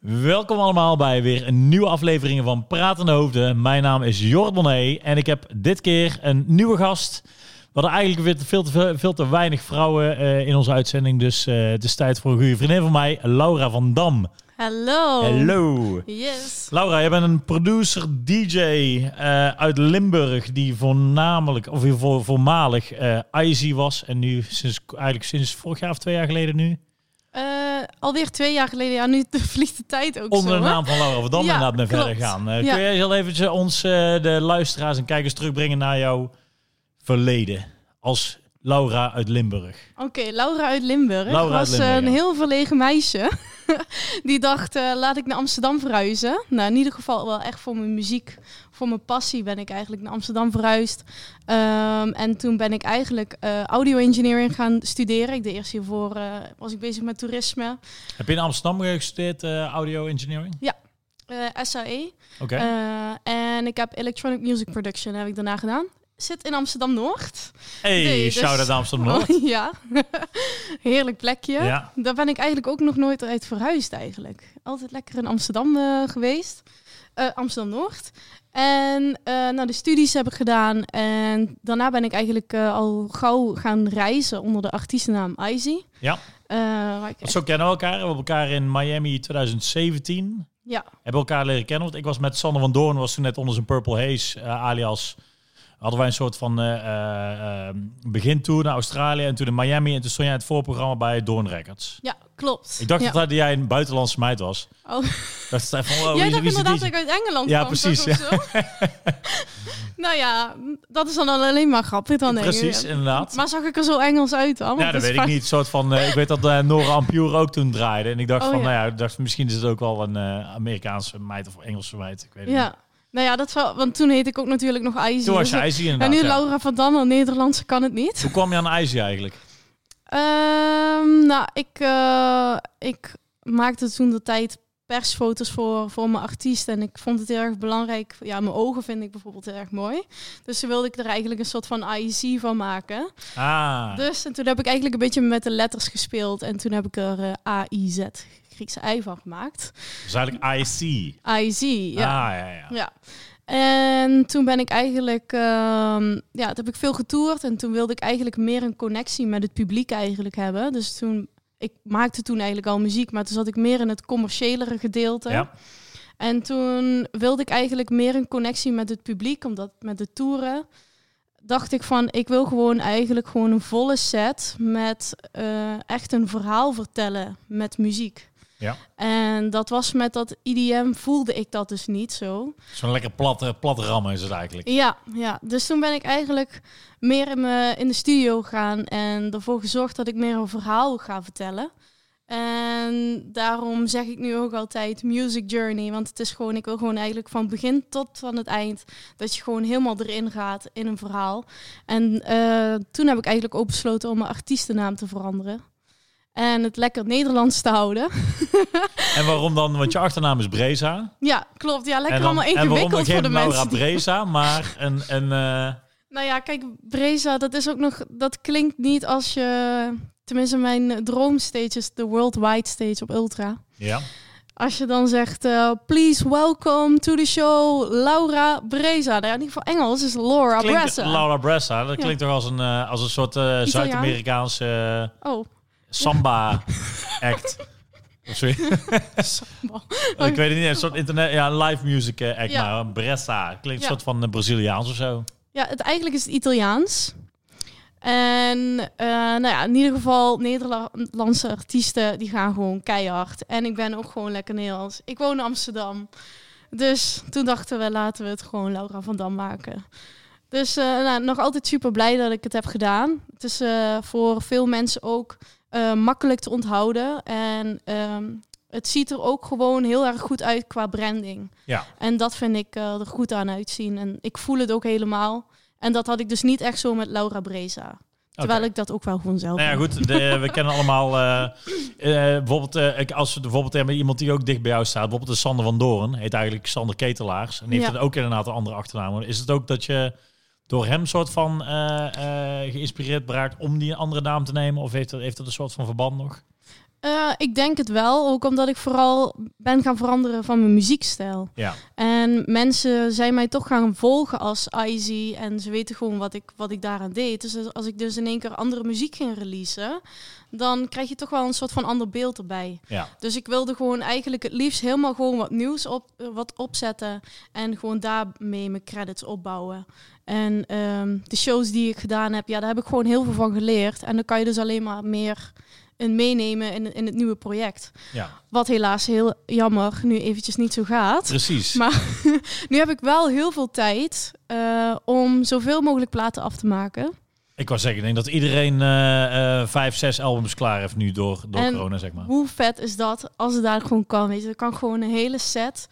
Welkom allemaal bij weer een nieuwe aflevering van Pratende Hoofden. Mijn naam is Jort Bonnet en ik heb dit keer een nieuwe gast. We hadden eigenlijk weer te- veel te, veel te weinig vrouwen eh, in onze uitzending, dus eh, het is tijd voor een goede vriendin van mij, Laura van Dam. Hallo. Hallo. Yes. Laura, jij bent een producer, DJ eh, uit Limburg, die voornamelijk, of hier voor, voormalig eh IZ was en nu sinds, eigenlijk sinds vorig jaar of twee jaar geleden nu, Eh, alweer twee jaar geleden. Ja, nu vliegt de tijd ook Onder zo. de hè? naam van Laura van Dam Ja, inderdaad naar klopt. verder gaan. Eh, Ja. Kun jij eens al eventjes ons, eh, de luisteraars en kijkers, terugbrengen naar jouw verleden als Laura uit Limburg? Oké, Laura uit Limburg Laura uit was eh, Limburg, een ja. heel verlegen meisje. Die dacht, eh, laat ik naar Amsterdam verhuizen. Nou, in ieder geval wel echt voor mijn muziek, voor mijn passie ben ik eigenlijk naar Amsterdam verhuisd. Ehm, en toen ben ik eigenlijk eh, audio engineering gaan studeren. Ik deed eerst hiervoor, eh, was ik bezig met toerisme, Heb je in Amsterdam gestudeerd, eh, audio engineering? eh, SAE. Oké. Eh, en ik heb electronic music production heb ik daarna gedaan. Zit in Amsterdam-Noord. hey, nee, dus- shout-out Amsterdam Noord. Oh, ja, heerlijk plekje. Ja. Daar ben ik eigenlijk ook nog nooit uit verhuisd eigenlijk. Altijd lekker in Amsterdam eh, geweest. Eh, Amsterdam-Noord. En eh, nou, de studies heb ik gedaan. En daarna ben ik eigenlijk eh, al gauw gaan reizen onder de artiestennaam Izzy. Ja. Eh, waar ik- Want Zo kennen we elkaar. We hebben elkaar in Miami 2017. Ja. Hebben elkaar leren kennen. Want ik was met Sander van Doorn, was toen net onder zijn Purple Haze eh, alias. Hadden wij een soort van eh, eh, eh, begintour naar Australië en toen in Miami. En toen stond jij in het voorprogramma bij Doorn Records. ja, klopt. Ik dacht ja. dat jij een buitenlandse meid was. Oh. Ik dacht dat van, oh, Jij wie, dacht wie is die inderdaad DJ? dat ik uit Engeland Ja, kwam, toch, precies, of zo? nou ja, dat is dan alleen maar grappig. Dan denk ik. Precies, inderdaad. Maar zag ik er zo Engels uit dan? Want ja, dat is weet ik vaak- niet. Soort van, eh, ik weet dat eh, Nora Ampure ook toen draaide. En ik dacht Oh, van, ja. nou ja, ik dacht, misschien is het ook wel een eh, Amerikaanse meid of Engelse meid. Ik weet het niet. Ja, nou ja, dat zou, want toen heet ik ook natuurlijk nog Izzy. Toen was dus- je IJsy en inderdaad. nu ja. Laura van Dam, een Nederlandse kan het niet. Hoe kwam je aan IJsy eigenlijk? Ehm, nou, ik, eh, ik maakte toen de tijd persfoto's voor, voor mijn artiest. En ik vond het heel erg belangrijk. Ja, mijn ogen vind ik bijvoorbeeld heel erg mooi. Dus toen wilde ik er eigenlijk een soort van IEC van maken. Ah, Dus en toen heb ik eigenlijk een beetje met de letters gespeeld. En toen heb ik er eh, AIZ, Griekse I van gemaakt. dus eigenlijk IC. IEC, ja. Ah, ja, ja. Ja. En toen ben ik eigenlijk, ehm, ja, toen heb ik veel getoerd en toen wilde ik eigenlijk meer een connectie met het publiek eigenlijk hebben. Dus toen, ik maakte toen eigenlijk al muziek, maar toen zat ik meer in het commerciëlere gedeelte. Ja. En toen wilde ik eigenlijk meer een connectie met het publiek, omdat met de toeren dacht ik van, ik wil gewoon eigenlijk gewoon een volle set met eh, echt een verhaal vertellen met muziek. Ja. En dat was met dat IDM voelde ik dat dus niet zo. Zo'n lekker plat, eh, plat rammen is het eigenlijk. Ja, ja, dus toen ben ik eigenlijk meer in, me, in de studio gegaan en ervoor gezorgd dat ik meer een verhaal ga vertellen. En daarom zeg ik nu ook altijd music journey, want het is gewoon, ik wil gewoon eigenlijk van begin tot aan het eind dat je gewoon helemaal erin gaat in een verhaal. En eh, toen heb ik eigenlijk ook besloten om mijn artiestennaam te veranderen. En het lekker Nederlands te houden. En waarom dan? Want je achternaam is Breza. Ja, klopt. Ja, lekker en dan, allemaal en waarom dan ingewikkeld voor geen de Laura mensen. die- Breza, maar een... een eh, Nou ja, kijk, Breza, dat is ook nog. Dat klinkt niet als je. Tenminste, mijn eh, droomstage is de worldwide stage op Ultra. ja. Als je dan zegt, eh, please welcome to the show, Laura Breza. Nou ja, niet voor Engels, is Laura Klinkt- Breza. Laura Bressa, dat Ja. klinkt toch als een, eh, als een soort eh, Zuid-Amerikaanse eh, oh, samba-act. Of zoiets. Ik weet het niet, een soort internet, ja, een live music eh, act, Ja. maar een Bressa. Klinkt een Ja. soort van eh, Braziliaans of zo. ja, het, eigenlijk is het Italiaans. En eh, nou ja, in ieder geval, Nederlandse artiesten die gaan gewoon keihard. En ik ben ook gewoon lekker Nederlands. Ik woon in Amsterdam. Dus toen dachten we, laten we het gewoon Laura van Dam maken. Dus eh, nou, nog altijd super blij dat ik het heb gedaan. Het is eh, voor veel mensen ook eh, makkelijk te onthouden. En ehm, het ziet er ook gewoon heel erg goed uit qua branding. Ja. En dat vind ik eh, er goed aan uitzien. En ik voel het ook helemaal. En dat had ik dus niet echt zo met Laura Breza. Terwijl ik dat ook wel gewoon zelf Nou ja, heb. goed, de- we kennen allemaal... eh, eh, bijvoorbeeld, eh, ik- als we bijvoorbeeld hebben iemand die ook dicht bij jou staat, bijvoorbeeld de Sander van Doorn, heet eigenlijk Sander Ketelaars, en die heeft Ja. dan ook inderdaad een andere achternaam. Is het ook dat je door hem soort van eh, eh, geïnspireerd raakt om die andere naam te nemen, of heeft dat, heeft dat een soort van verband nog? Eh, ik denk het wel, ook omdat ik vooral ben gaan veranderen van mijn muziekstijl. Ja. En mensen zijn mij toch gaan volgen als Izzy en ze weten gewoon wat ik, wat ik daaraan deed. Dus als- als ik dus in één keer andere muziek ging releasen, dan krijg je toch wel een soort van ander beeld erbij. Ja. Dus ik wilde gewoon eigenlijk het liefst helemaal gewoon wat nieuws op, eh, wat opzetten en gewoon daarmee mijn credits opbouwen. En ehm, de shows die ik gedaan heb, ja, daar heb ik gewoon heel veel van geleerd. En dan kan je dus alleen maar meer in meenemen in, in het nieuwe project. ja, Wat helaas heel jammer nu eventjes niet zo gaat. precies. Maar- Nu heb ik wel heel veel tijd eh, om zoveel mogelijk platen af te maken. Ik wou zeggen, ik denk dat iedereen eh, eh, vijf, zes albums klaar heeft nu door, door En corona, zeg maar. Hoe vet is dat als het daar gewoon kan? Weet je, dan kan ik gewoon een hele set.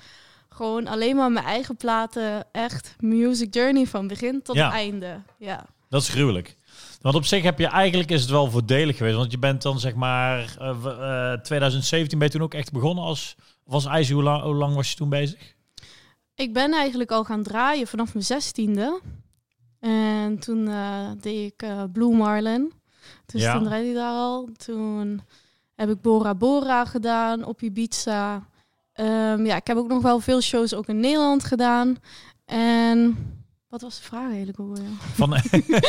Gewoon alleen maar mijn eigen platen. Echt music journey van begin tot Ja. einde. Ja. Dat is gruwelijk. Want op zich heb je eigenlijk is het wel voordelig geweest. Want je bent dan zeg maar eh, w- eh, 2017 ben je toen ook echt begonnen als was IJs. Hoe lang, hoe lang was je toen bezig? Ik ben eigenlijk al gaan draaien vanaf mijn zestiende. En toen eh, deed ik eh, Blue Marlin. Dus Ja. toen draaide ik daar al. Toen heb ik Bora Bora gedaan op Ibiza. Ehm, ja, ik heb ook nog wel veel shows ook in Nederland gedaan. En wat was de vraag eigenlijk alweer? Van,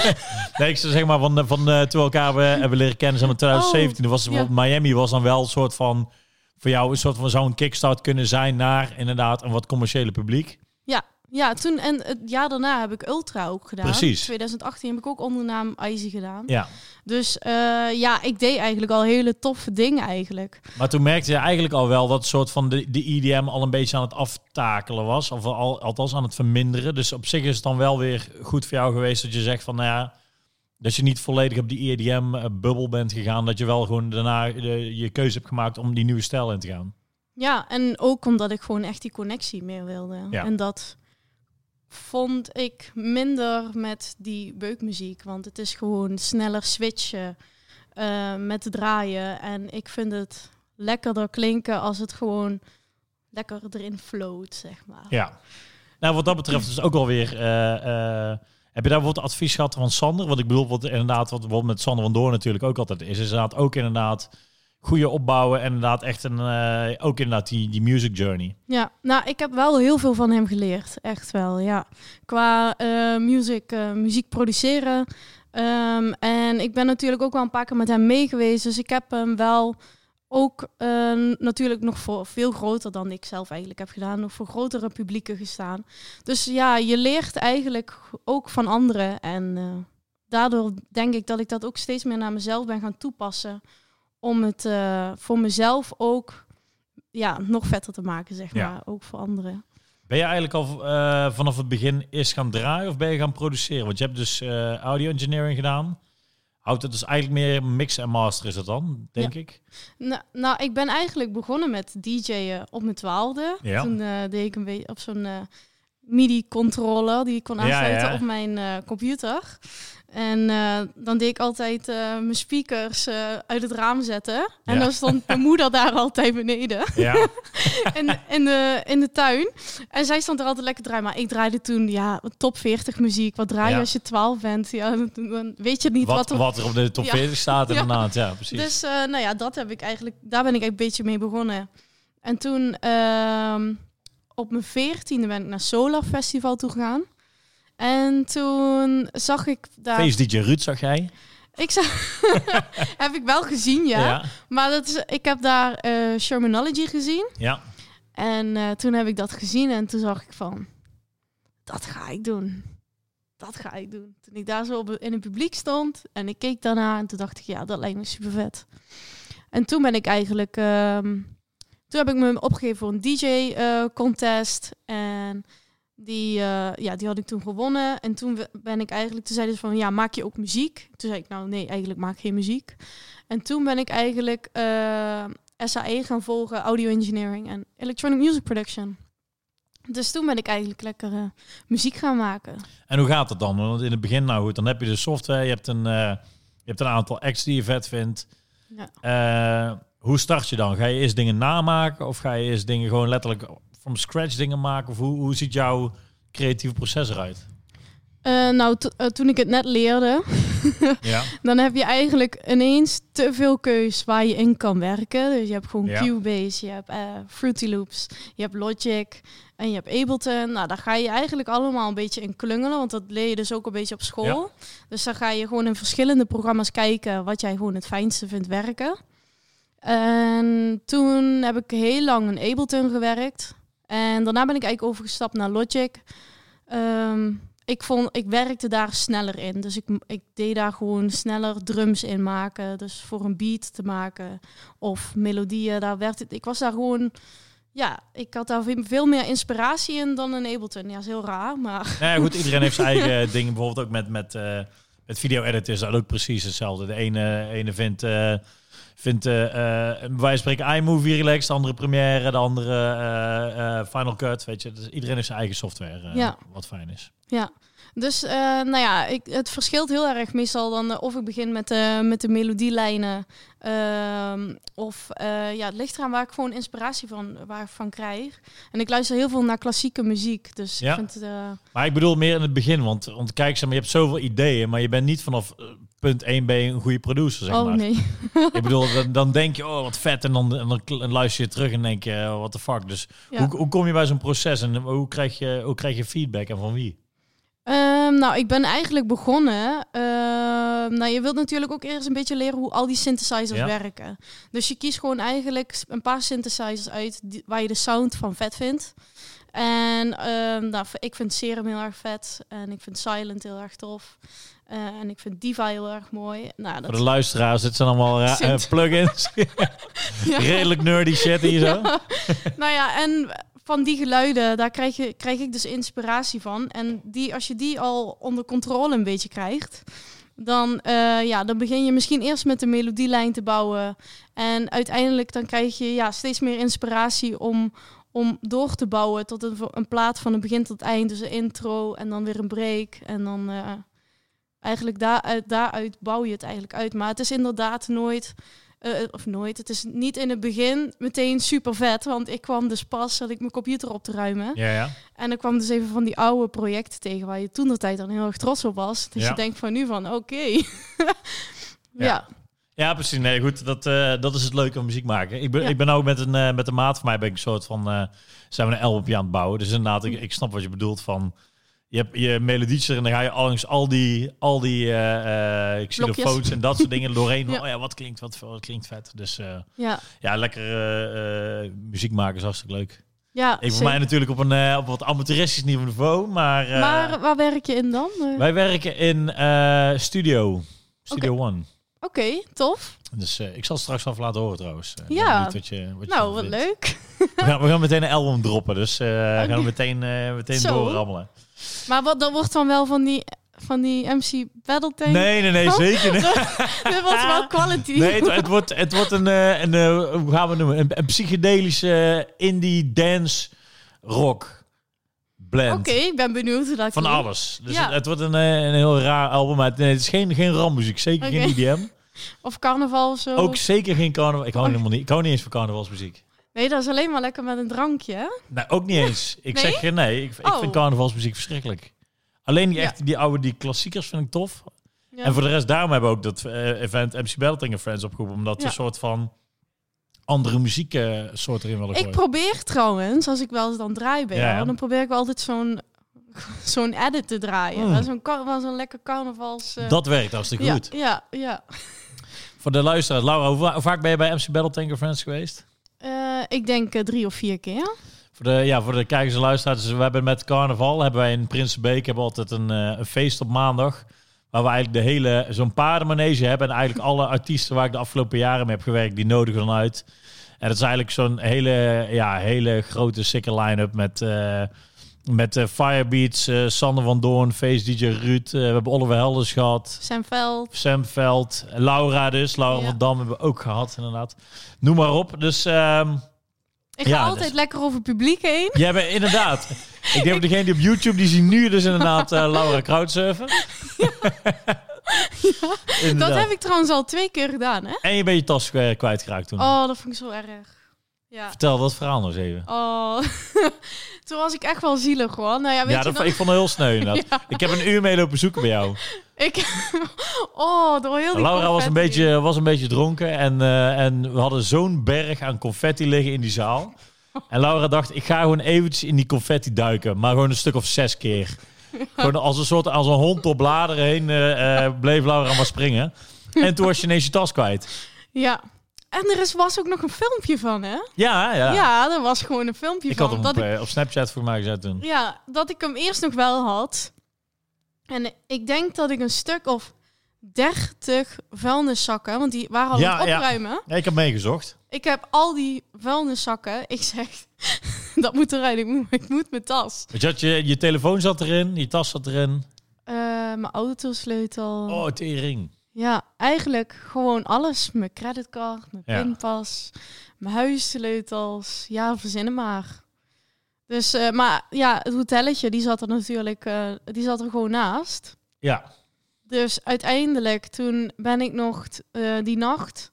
nee, ik zou zeg maar van, eh, van eh, toen we elkaar we, hebben leren kennen, zeg maar 2017. toen was het ja. bijvoorbeeld Miami was dan wel een soort van voor jou een soort van zou een kickstart kunnen zijn naar inderdaad een wat commerciële publiek. Ja, toen en het jaar daarna heb ik Ultra ook gedaan. Precies. 2018 heb ik ook onder de naam Izzy gedaan. Ja. Dus eh, ja, ik deed eigenlijk al hele toffe dingen eigenlijk. Maar toen merkte je eigenlijk al wel dat soort van de, de EDM al een beetje aan het aftakelen was. Of al, althans aan het verminderen. Dus op zich is het dan wel weer goed voor jou geweest dat je zegt van nou ja, dat je niet volledig op die EDM-bubbel eh, bent gegaan. Dat je wel gewoon daarna eh, je keuze hebt gemaakt om die nieuwe stijl in te gaan. Ja, en ook omdat ik gewoon echt die connectie meer wilde. Ja. En dat vond ik minder met die beukmuziek. Want het is gewoon sneller switchen eh, met te draaien. En ik vind het lekkerder klinken als het gewoon lekker erin float, zeg maar. Ja. Nou, wat dat betreft is het ook wel weer... eh, eh, heb je daar bijvoorbeeld advies gehad van Sander? Want ik bedoel, wat inderdaad, wat bijvoorbeeld met Sander van Doorn natuurlijk ook altijd is, is inderdaad ook inderdaad goede opbouwen en inderdaad echt een, eh, ook inderdaad die, die music journey. Ja, nou, ik heb wel heel veel van hem geleerd. Echt wel, ja. Qua eh, music, eh, muziek produceren. Ehm, en ik ben natuurlijk ook wel een paar keer met hem mee geweest. Dus ik heb hem wel ook eh, natuurlijk nog voor veel groter dan ik zelf eigenlijk heb gedaan. Nog voor grotere publieken gestaan. Dus ja, je leert eigenlijk ook van anderen. En eh, daardoor denk ik dat ik dat ook steeds meer naar mezelf ben gaan toepassen. Om het eh, voor mezelf ook ja, nog vetter te maken, zeg Ja. maar. Ook voor anderen. Ben je eigenlijk al eh, vanaf het begin eerst gaan draaien of ben je gaan produceren? Want je hebt dus eh, audio engineering gedaan. Houdt het dus eigenlijk meer mix en master is dat dan, denk ik? Nou, nou, ik ben eigenlijk begonnen met DJ'en op mijn twaalfde. Ja. Toen eh, deed ik een beetje op zo'n eh, MIDI-controller die ik kon Ja, aansluiten ja. op mijn eh, computer. En eh, dan deed ik altijd eh, mijn speakers eh, uit het raam zetten. En Ja. dan stond mijn moeder daar altijd beneden Ja. in, in, de, in de tuin. En zij stond er altijd lekker te draaien. Maar ik draaide toen ja, top 40 muziek. Wat draai je Ja. als je 12 bent? Ja, dan- dan weet je niet wat, wat, er wat er op de top Ja. 40 staat Ja. inderdaad, ja, precies. dus eh, nou ja, dat heb ik eigenlijk, daar ben ik een beetje mee begonnen. En toen ehm, op mijn veertiende ben ik naar Solar Festival toe gegaan. En toen zag ik daar. Face DJ Ruud zag jij? Ik zag, heb ik wel gezien, ja. ja. Maar dat is, ik heb daar eh Shermanology gezien. Ja. En eh, toen heb ik dat gezien en toen zag ik van, dat ga ik doen. Dat ga ik doen. Toen ik daar zo op, in het publiek stond en ik keek daarna en toen dacht ik, ja, dat lijkt me super vet. En toen ben ik eigenlijk, ehm, toen heb ik me opgegeven voor een DJ-contest. en die, eh, ja, die had ik toen gewonnen. En toen we- ben ik eigenlijk, toen zeiden ze van, ja, maak je ook muziek? Toen zei ik, nou nee, eigenlijk maak ik geen muziek. En toen ben ik eigenlijk eh, SAE gaan volgen, audio engineering en electronic music production. Dus toen ben ik eigenlijk lekker eh, muziek gaan maken. En hoe gaat het dan? Want in het begin, nou goed, dan heb je de software, je hebt een, eh, je hebt een aantal acts die je vet vindt. Ja. Eh, hoe start je dan? Ga je eerst dingen namaken of ga je eerst dingen gewoon letterlijk from scratch dingen maken? Of hoe, hoe ziet jouw creatieve proces eruit? Eh, nou, to- eh, toen ik het net leerde, Ja. dan heb je eigenlijk ineens te veel keus waar je in kan werken. Dus je hebt gewoon Ja. Cubase, je hebt eh, Fruity Loops, je hebt Logic en je hebt Ableton. Nou, daar ga je eigenlijk allemaal een beetje in klungelen, want dat leer je dus ook een beetje op school. Dus dan ga je gewoon in verschillende programma's kijken wat jij gewoon het fijnste vindt werken. En toen heb ik heel lang in Ableton gewerkt. En daarna ben ik eigenlijk overgestapt naar Logic. Ehm, ik, vond, ik werkte daar sneller in. Dus ik, ik deed daar gewoon sneller drums in maken. Dus voor een beat te maken of melodieën. Daar werd het, ik was daar gewoon... Ja, ik had daar veel- veel meer inspiratie in dan in Ableton. Ja, dat is heel raar, maar... Nou ja, goed, iedereen heeft zijn eigen ding. Bijvoorbeeld ook met, met, eh, met video-edit is dat ook precies hetzelfde. De ene, ene vindt, eh vindt eh, eh, bij wijze van spreken iMovie relaxed, de andere Premiere, de andere eh, eh, Final Cut. Weet je, dus iedereen heeft zijn eigen software, eh, Ja. wat fijn is. Ja, dus eh, nou ja, ik, het verschilt heel erg meestal dan eh, of ik begin met, de met de melodielijnen. ehm, of eh, ja, het ligt eraan waar ik gewoon inspiratie van, waar ik van krijg. En ik luister heel veel naar klassieke muziek. Dus Ja. ik vind het, eh, Maar ik bedoel meer in het begin, want, want kijk, zeg maar, je hebt zoveel ideeën, maar je bent niet vanaf eh, punt 1 ben je een goede producer, zeg oh maar. nee. Ik bedoel, dan, dan denk je, oh, wat vet, en dan, en dan kl- en luister je terug en denk je, eh, what the fuck. Dus Ja. hoe, hoe kom je bij zo'n proces en hoe krijg, je, hoe krijg je feedback en van wie? Ehm, nou, ik ben eigenlijk begonnen. ehm, nou, je wilt natuurlijk ook eerst een beetje leren hoe al die synthesizers Ja. werken. Dus je kiest gewoon eigenlijk een paar synthesizers uit die- waar je de sound van vet vindt. En ehm, nou, ik vind Serum heel erg vet. En ik vind Silent heel erg tof. Eh, en ik vind Diva heel erg mooi. Nou, Voor de dat, luisteraars, dit zijn allemaal ra- eh, Sint. plugins. Ja. Redelijk nerdy shit hier zo. nou ja, en van die geluiden, daar krijg, je, krijg ik dus inspiratie van. En die, als je die al onder controle een beetje krijgt, dan, eh, ja, dan begin je misschien eerst met de melodielijn te bouwen. En uiteindelijk dan krijg je ja, steeds meer inspiratie om, om door te bouwen tot een, vo- een plaat van het begin tot het eind. Dus een intro en dan weer een break. En dan eh, eigenlijk daaruit, daaruit bouw je het eigenlijk uit. Maar het is inderdaad nooit eh, of nooit. Het is niet in het begin meteen super vet. Want ik kwam dus pas, zat ik mijn computer op te ruimen. Ja, ja. En dan kwam dus even van die oude projecten tegen waar je toen de tijd dan heel erg trots op was. Dus Ja. je denkt van nu van oké. ja. Ja. ja, precies. Nee, goed, dat, eh, dat is het leuke van muziek maken. Ik ben, Ja. ik ben ook met een, eh, met een maat van mij ben ik een soort van... eh, zijn we een albumje aan het bouwen. Dus inderdaad, Hm. ik, ik snap wat je bedoelt van... Je hebt je melodietje en dan ga je langs al die, al die eh eh, xylofoons Blokjes. en dat soort dingen doorheen. Ja. Oh ja, wat klinkt, wat, wat klinkt vet. Dus eh, ja. ja, lekker eh, eh, muziek maken is hartstikke leuk. ja Ik voor zeker. mij natuurlijk op een eh, op wat amateuristisch niveau, maar... eh, Maar waar werk je in dan? Eh, Oké, Wij werken in eh, Studio. Studio One. tof. Dus eh, ik zal het straks af laten horen trouwens. Eh, ik Ja. ben benieuwd Wat je, wat je Nou, vindt. wat leuk. We gaan, we gaan meteen een album droppen, dus eh, we gaan die- meteen, eh meteen Zo. doorrammelen. Maar wat, dat wordt dan wel van die, van die MC Battletank? Nee, nee, nee, Oh. zeker niet. Dat wordt wel quality. Nee, het, het wordt, het wordt een, eh, een eh, hoe gaan we het noemen? Een, een psychedelische eh, indie dance rock blend. Oké, ik ben benieuwd hoe dat Van klinkt. alles. Dus Ja. het, het wordt een, eh, een heel raar album. Maar het, nee, het is geen, geen rammuziek. Zeker geen Oké. Oh. IDM. Of carnaval of zo. Ook zeker geen carnaval. Ik hou helemaal niet. Ik hou niet eens van carnavalsmuziek. Nee, dat is alleen maar lekker met een drankje. hè? Nee, ook niet eens. Ik Nee? zeg geen nee. Ik, ik Oh. vind carnavalsmuziek verschrikkelijk. Alleen die, Ja. echt, die oude die klassiekers vind ik tof. Ja. En voor de rest, daarom hebben we ook dat eh, event MC Belting en Friends opgeroepen. Omdat we Ja. een soort van andere muziek eh, soort erin willen Ik gooien. probeer trouwens, als ik wel eens dan draai ben, Ja, ja. dan probeer ik wel altijd zo'n zo'n edit te draaien. Hmm. Dat is een kar- wel zo'n lekker carnavals... eh, dat werkt hartstikke ja, goed. Ja, ja. Voor de luisteraars. Laura, hoe, va- hoe vaak ben je bij MC Belting en Friends geweest? Eh, ik denk eh, drie of vier keer. Voor de, ja, voor de kijkers en luisteraars, dus we hebben met carnaval, hebben wij in Prinsenbeek, hebben we altijd een, eh, een feest op maandag. Waar we eigenlijk de hele, zo'n paardenmanege hebben. En eigenlijk alle artiesten waar ik de afgelopen jaren mee heb gewerkt, die nodigen dan uit. En dat is eigenlijk zo'n hele, ja, hele grote, sikke line-up met... eh, met eh, Firebeats, eh, Sander van Doorn, Face DJ Ruud. eh, we hebben Oliver Helders gehad. Sam Veld. Sam Veld, Laura dus. Laura Ja. van Dam hebben we ook gehad, inderdaad. Noem maar op. Dus ehm, Ik ga Ja, altijd dus- lekker over het publiek heen. ja, maar inderdaad. Ik denk dat degene die op YouTube, die zien nu dus inderdaad eh, Laura crowdsurfen. Inderdaad. Dat heb ik trouwens al twee keer gedaan, hè? En je bent je tas eh, kwijtgeraakt toen. Oh, dat vond ik zo erg. Ja. nou Vertel dat verhaal nog eens even. Oh. Toen was ik echt wel zielig hoor. Nou ja, weet ja, je dat, nog? ik vond het heel sneu inderdaad. Ik heb een uur mee lopen zoeken bij jou. Ik, oh, door heel die Laura was een, confetti. beetje, was een beetje dronken en, eh, en we hadden zo'n berg aan confetti liggen in die zaal. En Laura dacht, ik ga gewoon eventjes in die confetti duiken, maar gewoon een stuk of zes keer. Gewoon als een soort, als een hond door bladeren heen eh, eh, bleef Laura maar springen. En toen was je ineens je tas kwijt. Ja. En er is, was ook nog een filmpje van, hè? Ja, ja. Ja, er was gewoon een filmpje ik van. had hem dat op, eh, op Snapchat voor mij gezet toen. Ja, dat ik hem eerst nog wel had. En ik denk dat ik een stuk of 30 vuilniszakken, want die waren al Ja, aan het ja. opruimen. Ja, ik heb meegezocht. Ik heb al die vuilniszakken. Ik zeg, dat moet eruit, ik moet, ik moet mijn tas. Want je, had je, je telefoon zat erin, je tas zat erin. Eh, mijn autosleutel. Oh, tering. Ja, eigenlijk gewoon alles. Mijn creditcard, mijn Ja. pinpas, mijn huissleutels. Ja, verzinnen maar. Dus, eh, maar ja, het hotelletje, die zat er natuurlijk, eh, die zat er gewoon naast. Ja, Dus uiteindelijk, toen ben ik nog t- eh, die nacht.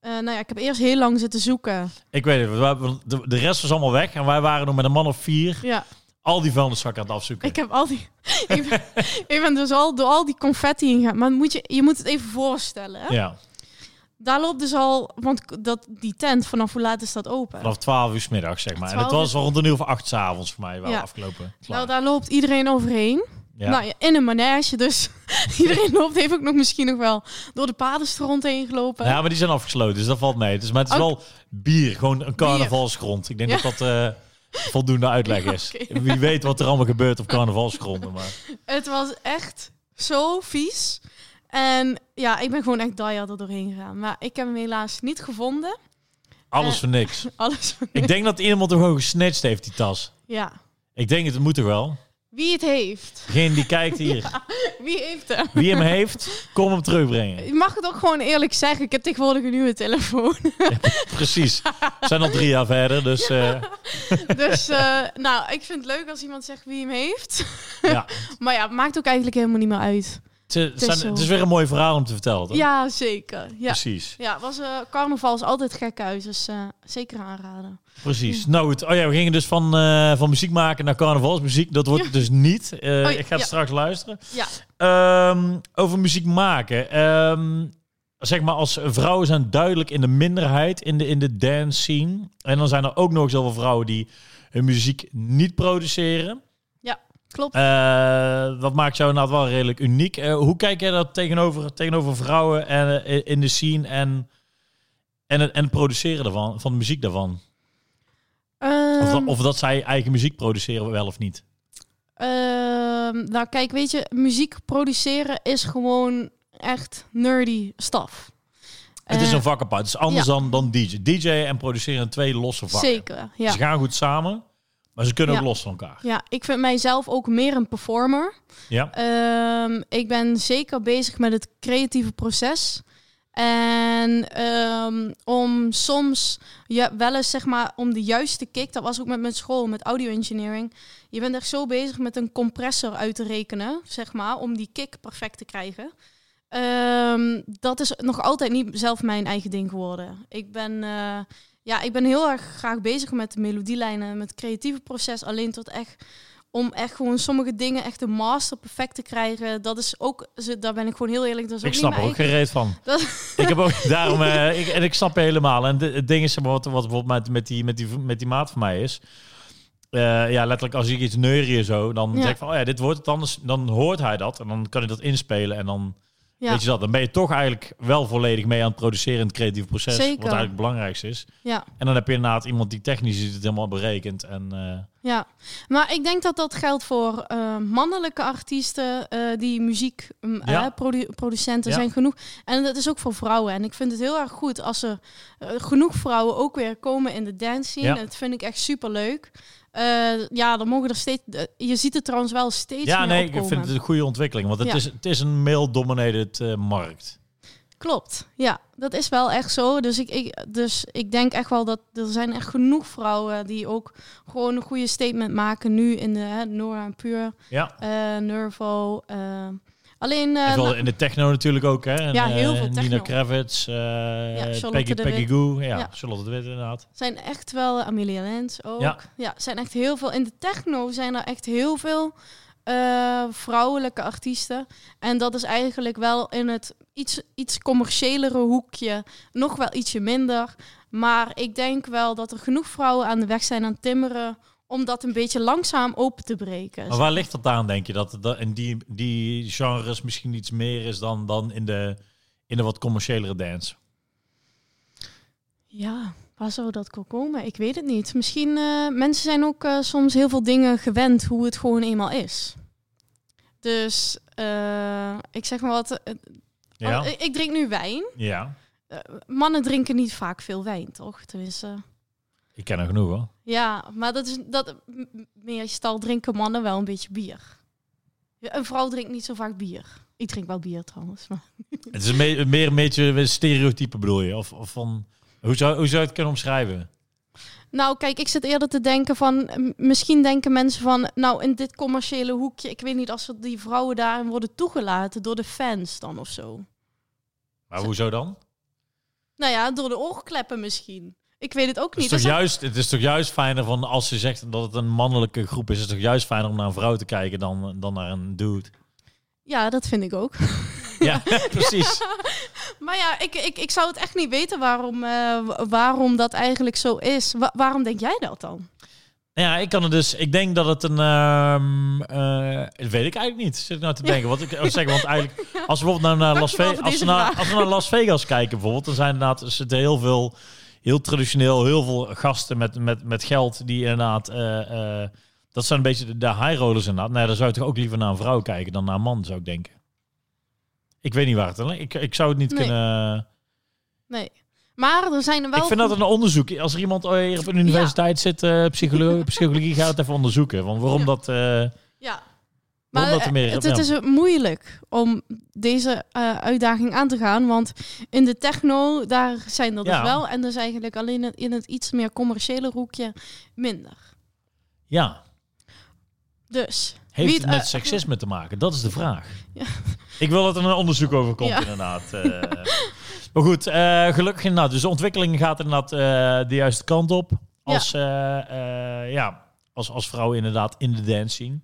eh, nou ja, ik heb eerst heel lang zitten zoeken. ik weet het. want wij- De de rest was allemaal weg en wij waren nog met een man of vier Ja, al die vuilniszakken aan het afzoeken. ik heb al die. ik, ben, ik ben dus al door al die confetti heen gegaan. Maar moet je, je moet het even voorstellen. hè? Ja, Daar loopt dus al. Want k- dat, die tent, vanaf hoe laat is dat open? vanaf 12 uur 's middags zeg maar. En het 12 was rond een uur of acht 's avonds voor mij wel Ja. afgelopen. Klaar. nou, daar loopt iedereen overheen. ja. Nou, ja, in een manege, dus iedereen loopt. Heeft ook nog misschien nog wel door de padenstront heen gelopen. ja, maar die zijn afgesloten, dus dat valt mee. Dus, maar het is Ook- wel bier, gewoon een carnavalsgrond. Ik denk Ja. dat dat eh, voldoende uitleg is. Oké. Wie weet wat er allemaal gebeurt op carnavalsgronden. Maar. Het was echt zo vies. En ja, ik ben gewoon echt diehard er doorheen gegaan. Maar ik heb hem helaas niet gevonden. Alles Eh. voor niks. Alles van- Ik denk dat iemand hem gewoon gesnatcht heeft, die tas. Ja. Ik denk het, het moet toch wel? Wie het heeft. Degene die kijkt hier, Wie heeft hem? wie hem heeft, kom hem terugbrengen. Je mag het ook gewoon eerlijk zeggen. Ik heb tegenwoordig een nieuwe telefoon. Precies. We zijn al drie jaar verder, dus eh, Dus eh, nou, ik vind het leuk als iemand zegt wie hem heeft. ja. Maar ja, maakt ook eigenlijk helemaal niet meer uit. Het, eh, is zijn- zo. het is weer een mooi verhaal om te vertellen, toch? Ja, zeker. Ja. Precies. Ja, was, eh, carnaval is altijd gekhuis, dus eh, zeker aanraden. Precies. Mm. Nou goed. Oh ja, we gingen dus van, eh, van muziek maken naar carnavalsmuziek. Dat wordt Ja. het dus niet. Eh, ja, ik ga het ja. straks luisteren. Ja. Ehm, over muziek maken. Ehm, zeg maar als vrouwen zijn duidelijk in de minderheid in de, in de dance scene. En dan zijn er ook nog eens heel veel vrouwen die hun muziek niet produceren. Klopt. Eh, dat maakt jou inderdaad wel redelijk uniek. Eh, hoe kijk jij dat tegenover, tegenover vrouwen en, eh, in de scene en, en, het- en het produceren daarvan, van de muziek daarvan? Eh, Of, dat, Ehm, of dat zij eigen muziek produceren wel of niet. Ehm, nou, kijk, weet je, muziek produceren is gewoon echt nerdy stuff. het is Eh, een vak apart. Het is anders dan, dan DJ. DJ en produceren zijn twee losse vakken. Zeker, ja. Ze gaan goed samen, maar ze kunnen ook Ja. los van elkaar. Ja, ik vind mijzelf ook meer een performer. Ja. Ehm, ik ben zeker bezig met het creatieve proces. En ehm, om soms ja, wel eens, zeg maar, om de juiste kick, dat was ook met mijn school, met audio engineering. Je bent echt zo bezig met een compressor uit te rekenen, zeg maar, om die kick perfect te krijgen. Ehm, dat is nog altijd niet zelf mijn eigen ding geworden. Ik ben, eh, ja, ik ben heel erg graag bezig met de melodielijnen, met het creatieve proces. Alleen tot echt, om echt gewoon sommige dingen echt de master perfect te krijgen. Dat is ook, ze- daar ben ik gewoon heel eerlijk. Dat is ook Ik snap niet er mijn ook geen reet van. Dat- Ik heb ook daarom. eh, ik, en ik snap je helemaal. En de- het ding is, zeg maar, wat, wat bijvoorbeeld met, met, die, met, die, met die maat van mij is. eh, ja, letterlijk, als ik iets neurie en zo, dan Ja. zeg ik van, oh ja, dit wordt het anders. Dan hoort hij dat en dan kan hij dat inspelen. En dan Ja. weet je dat. Dan ben je toch eigenlijk wel volledig mee aan het produceren in het creatieve proces. Zeker. Wat eigenlijk het belangrijkste is. Ja, En dan heb je inderdaad iemand die technisch is, het helemaal berekent. En eh, ja. Maar ik denk dat dat geldt voor eh, mannelijke artiesten eh, die muziek mm, Ja. eh, produ- producenten Ja. zijn genoeg. En dat is ook voor vrouwen. En ik vind het heel erg goed als er eh, genoeg vrouwen ook weer komen in de dance scene. Ja. Dat vind ik echt super leuk. ja, dan mogen er steeds. eh, je ziet het trouwens wel steeds ja, meer nee, opkomen. ik vind het een goede ontwikkeling. Want het, Ja. is, het is een male-dominated eh, markt. Klopt, ja, dat is wel echt zo. Dus ik, ik, dus ik denk echt wel dat er zijn echt genoeg vrouwen die ook gewoon een goede statement maken nu in de hè, Nora en Puur, Ja, eh, Nervo. eh, Alleen... eh, En vooral nou, in de techno natuurlijk ook, hè? En, Ja, heel eh, veel Nina techno. Kravitz, eh, Charlotte Peggy, de Peggy Wit. Goo. Ja, Ja. Charlotte de Wit inderdaad. zijn echt wel eh, Amelia Lens ook. Ja. Ja. zijn echt heel veel. In de techno zijn er echt heel veel eh, vrouwelijke artiesten. En dat is eigenlijk wel in het iets, iets commerciëlere hoekje nog wel ietsje minder. Maar ik denk wel dat er genoeg vrouwen aan de weg zijn aan het timmeren om dat een beetje langzaam open te breken. Maar waar ligt dat aan, denk je? Dat het da- in die, die genres misschien iets meer is dan, dan in, de, in de wat commerciëlere dance? Ja, waar zou dat ko- komen? Ik weet het niet. Misschien eh, mensen zijn ook eh, soms heel veel dingen gewend hoe het gewoon eenmaal is. Dus eh, ik zeg maar wat. eh, Ja, oh, ik- ik drink nu wijn. ja. Eh, mannen drinken niet vaak veel wijn, toch? Tenminste. ik ken er genoeg hoor. Ja, maar dat is dat m- m- meestal drinken mannen wel een beetje bier. Ja, Een vrouw drinkt niet zo vaak bier. Ik drink wel bier trouwens. Maar. Het is me- meer een beetje een stereotype bedoel je? Of, of van, hoe, zou, hoe zou je het kunnen omschrijven? Nou, kijk, ik zit eerder te denken van... m- Misschien denken mensen van... Nou, in dit commerciële hoekje... Ik weet niet als er die vrouwen daarin worden toegelaten... door de fans dan of zo. Maar hoezo dan? Nou ja, door de oorkleppen misschien. Ik weet het ook Het is, niet. toch Dat is- juist, het is toch juist fijner van als je zegt dat het een mannelijke groep is, is het toch juist fijner om naar een vrouw te kijken dan, dan naar een dude. Ja, dat vind ik ook. Ja, precies. Maar ja, ik, ik, ik zou het echt niet weten waarom, eh, wa- waarom dat eigenlijk zo is. Wa- waarom denk jij dat dan? Nou Ja, ik kan het dus. Ik denk dat het een. ehm, eh, dat weet ik eigenlijk niet. Zit ik nou te denken. Wat ik wil zeggen. Want eigenlijk. Als we bijvoorbeeld naar, naar, Las, Dankjewel Vegas, voor als we deze naar, vraag. als we naar Las Vegas kijken, bijvoorbeeld. Dan zijn inderdaad. Er zitten heel veel. Heel traditioneel. Heel veel gasten met, met, met geld. Die inderdaad. eh, eh, dat zijn een beetje de, de high rollers inderdaad. Nou, ja, dan zou je toch ook liever naar een vrouw kijken dan naar een man, zou ik denken. Ik weet niet waar het aan ligt. Ik, ik zou het niet Nee. kunnen. Nee. Maar er zijn er wel... Ik vind dat een onderzoek. Als er iemand hier op een universiteit zit, eh, psycholo- psychologie, gaat het even onderzoeken. Want waarom Ja. dat. eh, Ja. Waarom Maar dat er meer- eh, het, ja. het is moeilijk om deze eh, uitdaging aan te gaan. Want in de techno, daar zijn er Ja. dus wel. En dus eigenlijk alleen in- in het iets meer commerciële hoekje minder. ja. Dus, Heeft Wie het het, met eh, seksisme te maken? Dat is de vraag. Ja. Ik wil dat er een onderzoek over komt, Ja. inderdaad. eh. Maar goed, eh, gelukkig inderdaad. Dus de ontwikkeling gaat inderdaad eh, de juiste kant op. Als, eh, eh, ja, als, als vrouw inderdaad in de dance zien.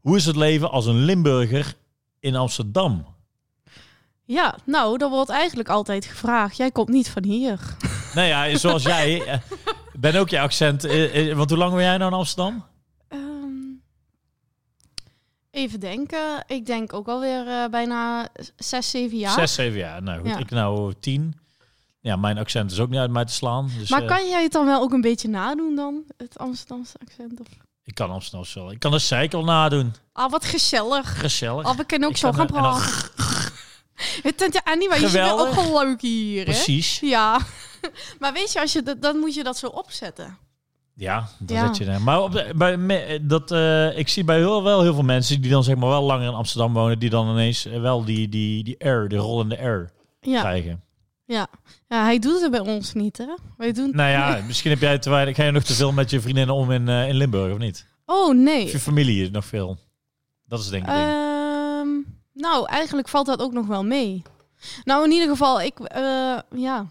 Hoe is het leven als een Limburger in Amsterdam? ja, nou, dat wordt eigenlijk altijd gevraagd. Jij komt niet van hier. Nou ja, zoals jij. eh, ben ook je accent. eh, eh, want hoe lang ben jij nou in Amsterdam? Ehm, even denken. Ik denk ook alweer eh, bijna zes, zeven jaar. Zes, zeven jaar. Nou goed, Ja. ik nou tien. Ja, mijn accent is ook niet uit mij te slaan. Dus, maar eh, kan jij het dan wel ook een beetje nadoen dan? Het Amsterdamse accent? Of? Ik kan Amsterdamse wel. Ik kan de cykel nadoen. Ah, wat gezellig. Gezellig. Oh, we kunnen ook Ik zo kan gaan er- en dan- praten. Het tent Annie, maar je zit wel ook Geweldig. gewoon leuk hier, hè? Precies. Ja. Maar weet je, als je dat, dan moet je dat zo opzetten. Ja, dat Ja. zet je er. Maar op de- bij, me- dat, eh, ik zie bij heel, wel heel veel mensen die dan zeg maar wel langer in Amsterdam wonen, die dan ineens eh, wel die, die, die R, de rollende R Ja. krijgen. ja, hij doet het bij ons niet, hè? Wij doen... Nou ja, misschien heb jij te weinig, ga je nog te veel met je vriendinnen om in, eh, in Limburg, of niet? Oh, Of nee. je familie is nog veel. Dat is denk ik het ding. Ehm, nou, eigenlijk valt dat ook nog wel mee. Nou, in ieder geval, ik... eh, ja.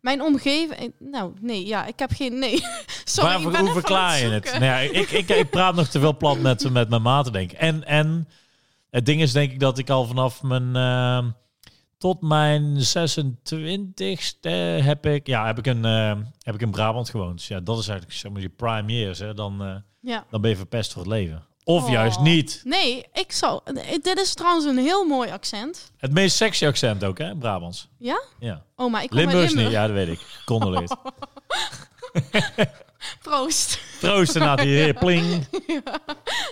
Mijn omgeving... Nou, nee, ja, ik heb geen... Nee. Sorry, Waar- ik hoe ben even aan verklaar je het? het zoeken. Nou ja, ik, ik, ik praat nog te veel plat met, met mijn maten, denk ik. En, en het ding is, denk ik, dat ik al vanaf mijn... ehm, tot mijn 26ste heb ik, ja, heb, ik een, ehm, heb ik in Brabant gewoond. Dus ja, dat is eigenlijk zeg maar, je prime years. Hè? Dan, eh, Ja. dan ben je verpest voor het leven. Of Oh. juist niet. Nee, ik zou... Dit is trouwens een heel mooi accent. Het meest sexy accent ook, hè, Brabants. Ja? Ja. Oh, maar ik kom uit Limburgs Limburg. Oh. niet, ja, dat weet ik. Condoleert. Proost. Proost, inderdaad, hier. Pling.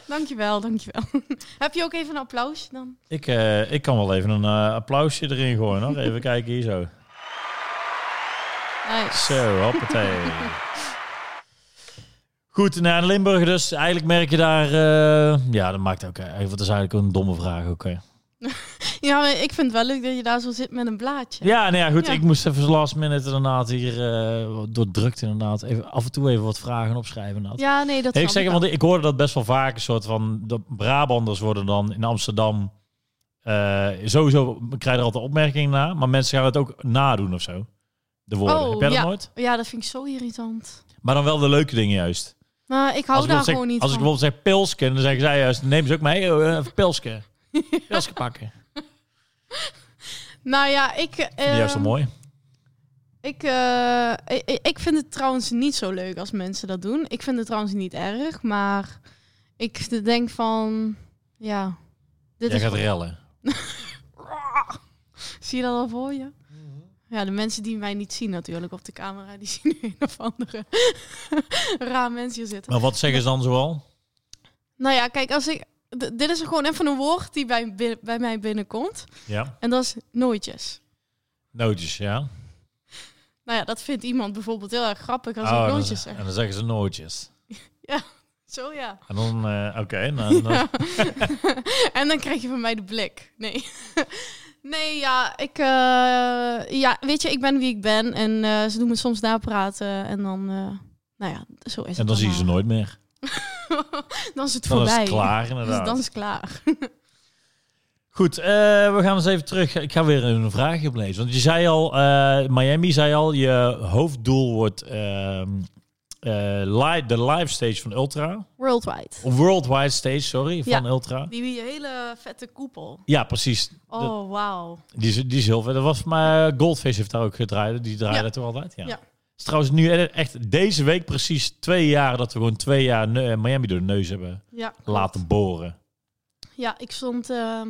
Dankjewel, dankjewel. Heb je ook even een applaus dan? Ik, eh, ik kan wel even een eh, applausje erin gooien, hoor. Even kijken hier zo. Nice. Zo, hoppatee. Goed, naar Limburg dus. Eigenlijk merk je daar... eh, ja, dat maakt ook... eh, want dat is eigenlijk een domme vraag ook. hè. Ja, maar ik vind het wel leuk dat je daar zo zit met een blaadje. Ja, nou ja, goed. Ja. Ik moest even last minute inderdaad hier... eh door drukte inderdaad. Even, af en toe even wat vragen opschrijven. Inderdaad. Ja, nee, dat Nee, snap ik zeg, ik want ik hoorde dat best wel vaak. Een soort van... De Brabanders worden dan in Amsterdam... eh, sowieso krijg je er altijd opmerkingen na, maar mensen gaan het ook nadoen of zo. De woorden. Oh, Heb jij dat ja. nooit? Ja, dat vind ik zo irritant. Maar dan wel de leuke dingen juist. Maar ik hou Als ik, bijvoorbeeld daar zeg, gewoon niet als ik van. bijvoorbeeld zeg pilsken, dan zeggen zij juist, neem ze ook mee, eh, even pilsken. Pilsken Eh, pakken. Nou ja, ik... Vind je ehm, juist zo mooi. Ik, eh, ik, ik vind het trouwens niet zo leuk als mensen dat doen. Ik vind het trouwens niet erg, maar ik denk van, ja, dit Jij is. gaat rellen. Zie je dat al voor je? Ja, de mensen die mij niet zien natuurlijk op de camera, die zien een of andere raar mensen hier zitten. Maar wat zeggen ze dan zoal? Nou ja, kijk, als ik, d- dit is gewoon even een woord die bij, bin- bij mij binnenkomt. Ja. En dat is nooitjes. Nootjes, ja. Nou ja, dat vindt iemand bijvoorbeeld heel erg grappig als Oh, ik en dan- nooitjes zeg. En dan zeggen ze nootjes. Zo ja. En dan, eh, oké, nou, dan- En dan krijg je van mij de blik. Nee. Nee, ja, ik, eh, ja, weet je, ik ben wie ik ben en eh, ze doen me soms napraten en dan, eh, nou ja, zo is het. en dan zie je ze maar. nooit meer. Dan is het Dan is voorbij. het klaar, Dan is, inderdaad. dan is het klaar. Goed, eh, we gaan eens even terug. Ik ga weer een vraagje oplezen. Want je zei al, eh, Miami zei al, je hoofddoel wordt ehm, eh, li- de live stage van Ultra. Worldwide. Of worldwide stage, sorry, van Ja. Ultra. Die hele vette koepel. Ja, precies. Dat- Oh, wauw. Die is, die is heel vet. Dat was maar Goldfish heeft daar ook gedraaid. Die draaide Ja. toch altijd? Ja. Ja. Het is trouwens nu e- echt deze week precies twee jaar dat we gewoon twee jaar ne- eh, Miami door de neus hebben Ja, klopt. laten boren. Ja, ik stond eh,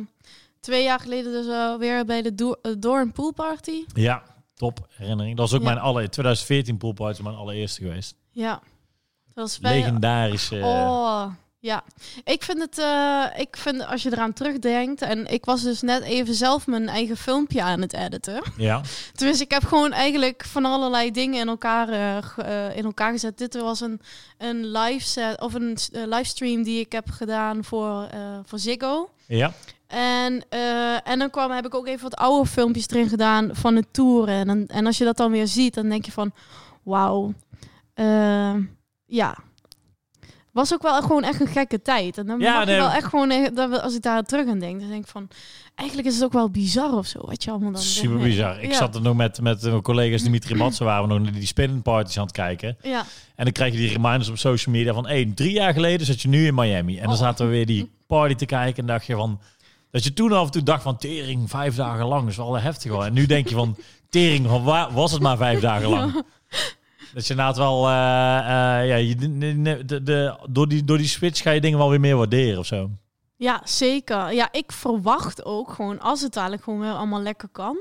twee jaar geleden dus eh, weer bij de Do- eh, Door en Pool Party. Ja, top herinnering. Dat is ook Ja. mijn alle 2014 poolparty, mijn allereerste geweest. Ja. Dat was bij, Legendarische. Oh, ja. Ik vind het, eh, ik vind als je eraan terugdenkt, en ik was dus net even zelf mijn eigen filmpje aan het editen. eh, Ja. Dus ik heb gewoon eigenlijk van allerlei dingen in elkaar, eh, ge- eh, in elkaar gezet. Dit was een, een live set of een eh, livestream die ik heb gedaan voor, eh, voor Ziggo. Ja. En, eh, en dan kwam, heb ik ook even wat oude filmpjes erin gedaan van de toeren. En, dan- en als je dat dan weer ziet, dan denk je van, wauw. Eh, ja. Was ook wel gewoon echt een gekke tijd. En dan Ja, mag je nee. wel echt gewoon, eh, dat we- als ik daar terug aan denk, dan denk ik van, eigenlijk is het ook wel bizar of zo. Wat je allemaal dan... Super weer- bizar. Ik Ja. zat er nog met, met mijn collega's Dimitri Matsen waren we nog naar die spinning parties aan het kijken. Ja, En dan krijg je die reminders op social media van hey, drie jaar geleden zat je nu in Miami. En dan Oh. zaten we weer die party te kijken en dacht je van... Dat je toen af en toe dacht van tering, vijf dagen lang. Dat is wel heftig hoor. En nu denk je van tering, van waar was het maar vijf dagen lang? Dat je inderdaad wel... eh, eh, ja, je, de, de, de- door, die, door die switch ga je dingen wel weer meer waarderen of zo. Ja, zeker. Ja, ik verwacht ook gewoon, als het dadelijk gewoon weer allemaal lekker kan.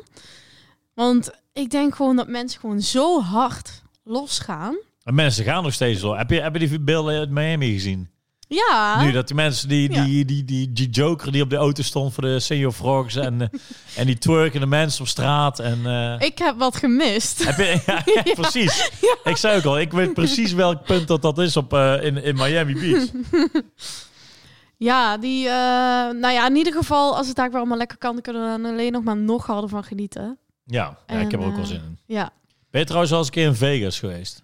Want ik denk gewoon dat mensen gewoon zo hard losgaan. En mensen gaan nog steeds door. Heb je, heb je die beelden uit Miami gezien? Ja, Nu dat die mensen, die, Ja. die, die, die, die joker die op de auto stond voor de senior frogs en, eh, en die twerkende mensen op straat. En, eh, ik heb wat gemist. Heb je- ja, ja, precies. Ik zei ook al, ik weet precies welk punt dat dat is op, eh, in, in Miami Beach. Ja, die, eh, nou ja, in ieder geval, als het daar weer allemaal lekker kan, dan kunnen we er alleen nog maar nog harder van genieten. Ja, ja ik heb er ook wel zin in. Ja, Ben je trouwens al eens een keer in Vegas geweest?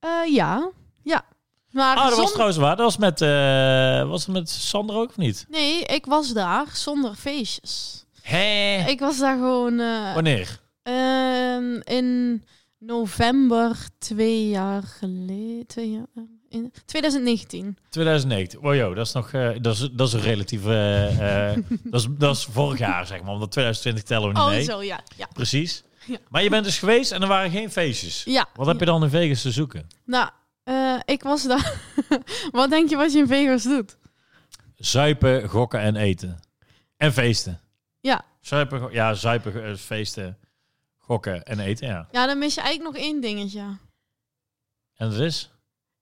Eh, ja, ja. Maar Ah, dat was zonder- trouwens waar. Dat was met, eh, was het met Sander ook of niet? nee, ik was daar zonder feestjes. Hé? Ik was daar gewoon... eh, Wanneer? Ehm, in november twee jaar geleden. Twee jaar, eh, in 2019. 2019. Wow, joh, dat is nog, eh, dat is, dat is een relatief, eh, eh, dat, is, dat is vorig jaar zeg maar, omdat 2020 tellen we niet oh, mee. zo ja. Ja. Precies. Ja. Maar je bent dus geweest en er waren geen feestjes. ja. Wat heb je dan in Vegas te zoeken? Nou, eh, ik was daar. wat denk je wat je in Vegas doet? Zuipen, gokken en eten. En feesten. Ja. Zuipen, go- ja, zuipen, eh, feesten, gokken en eten, ja. Ja, dan mis je eigenlijk nog één dingetje. En dat is?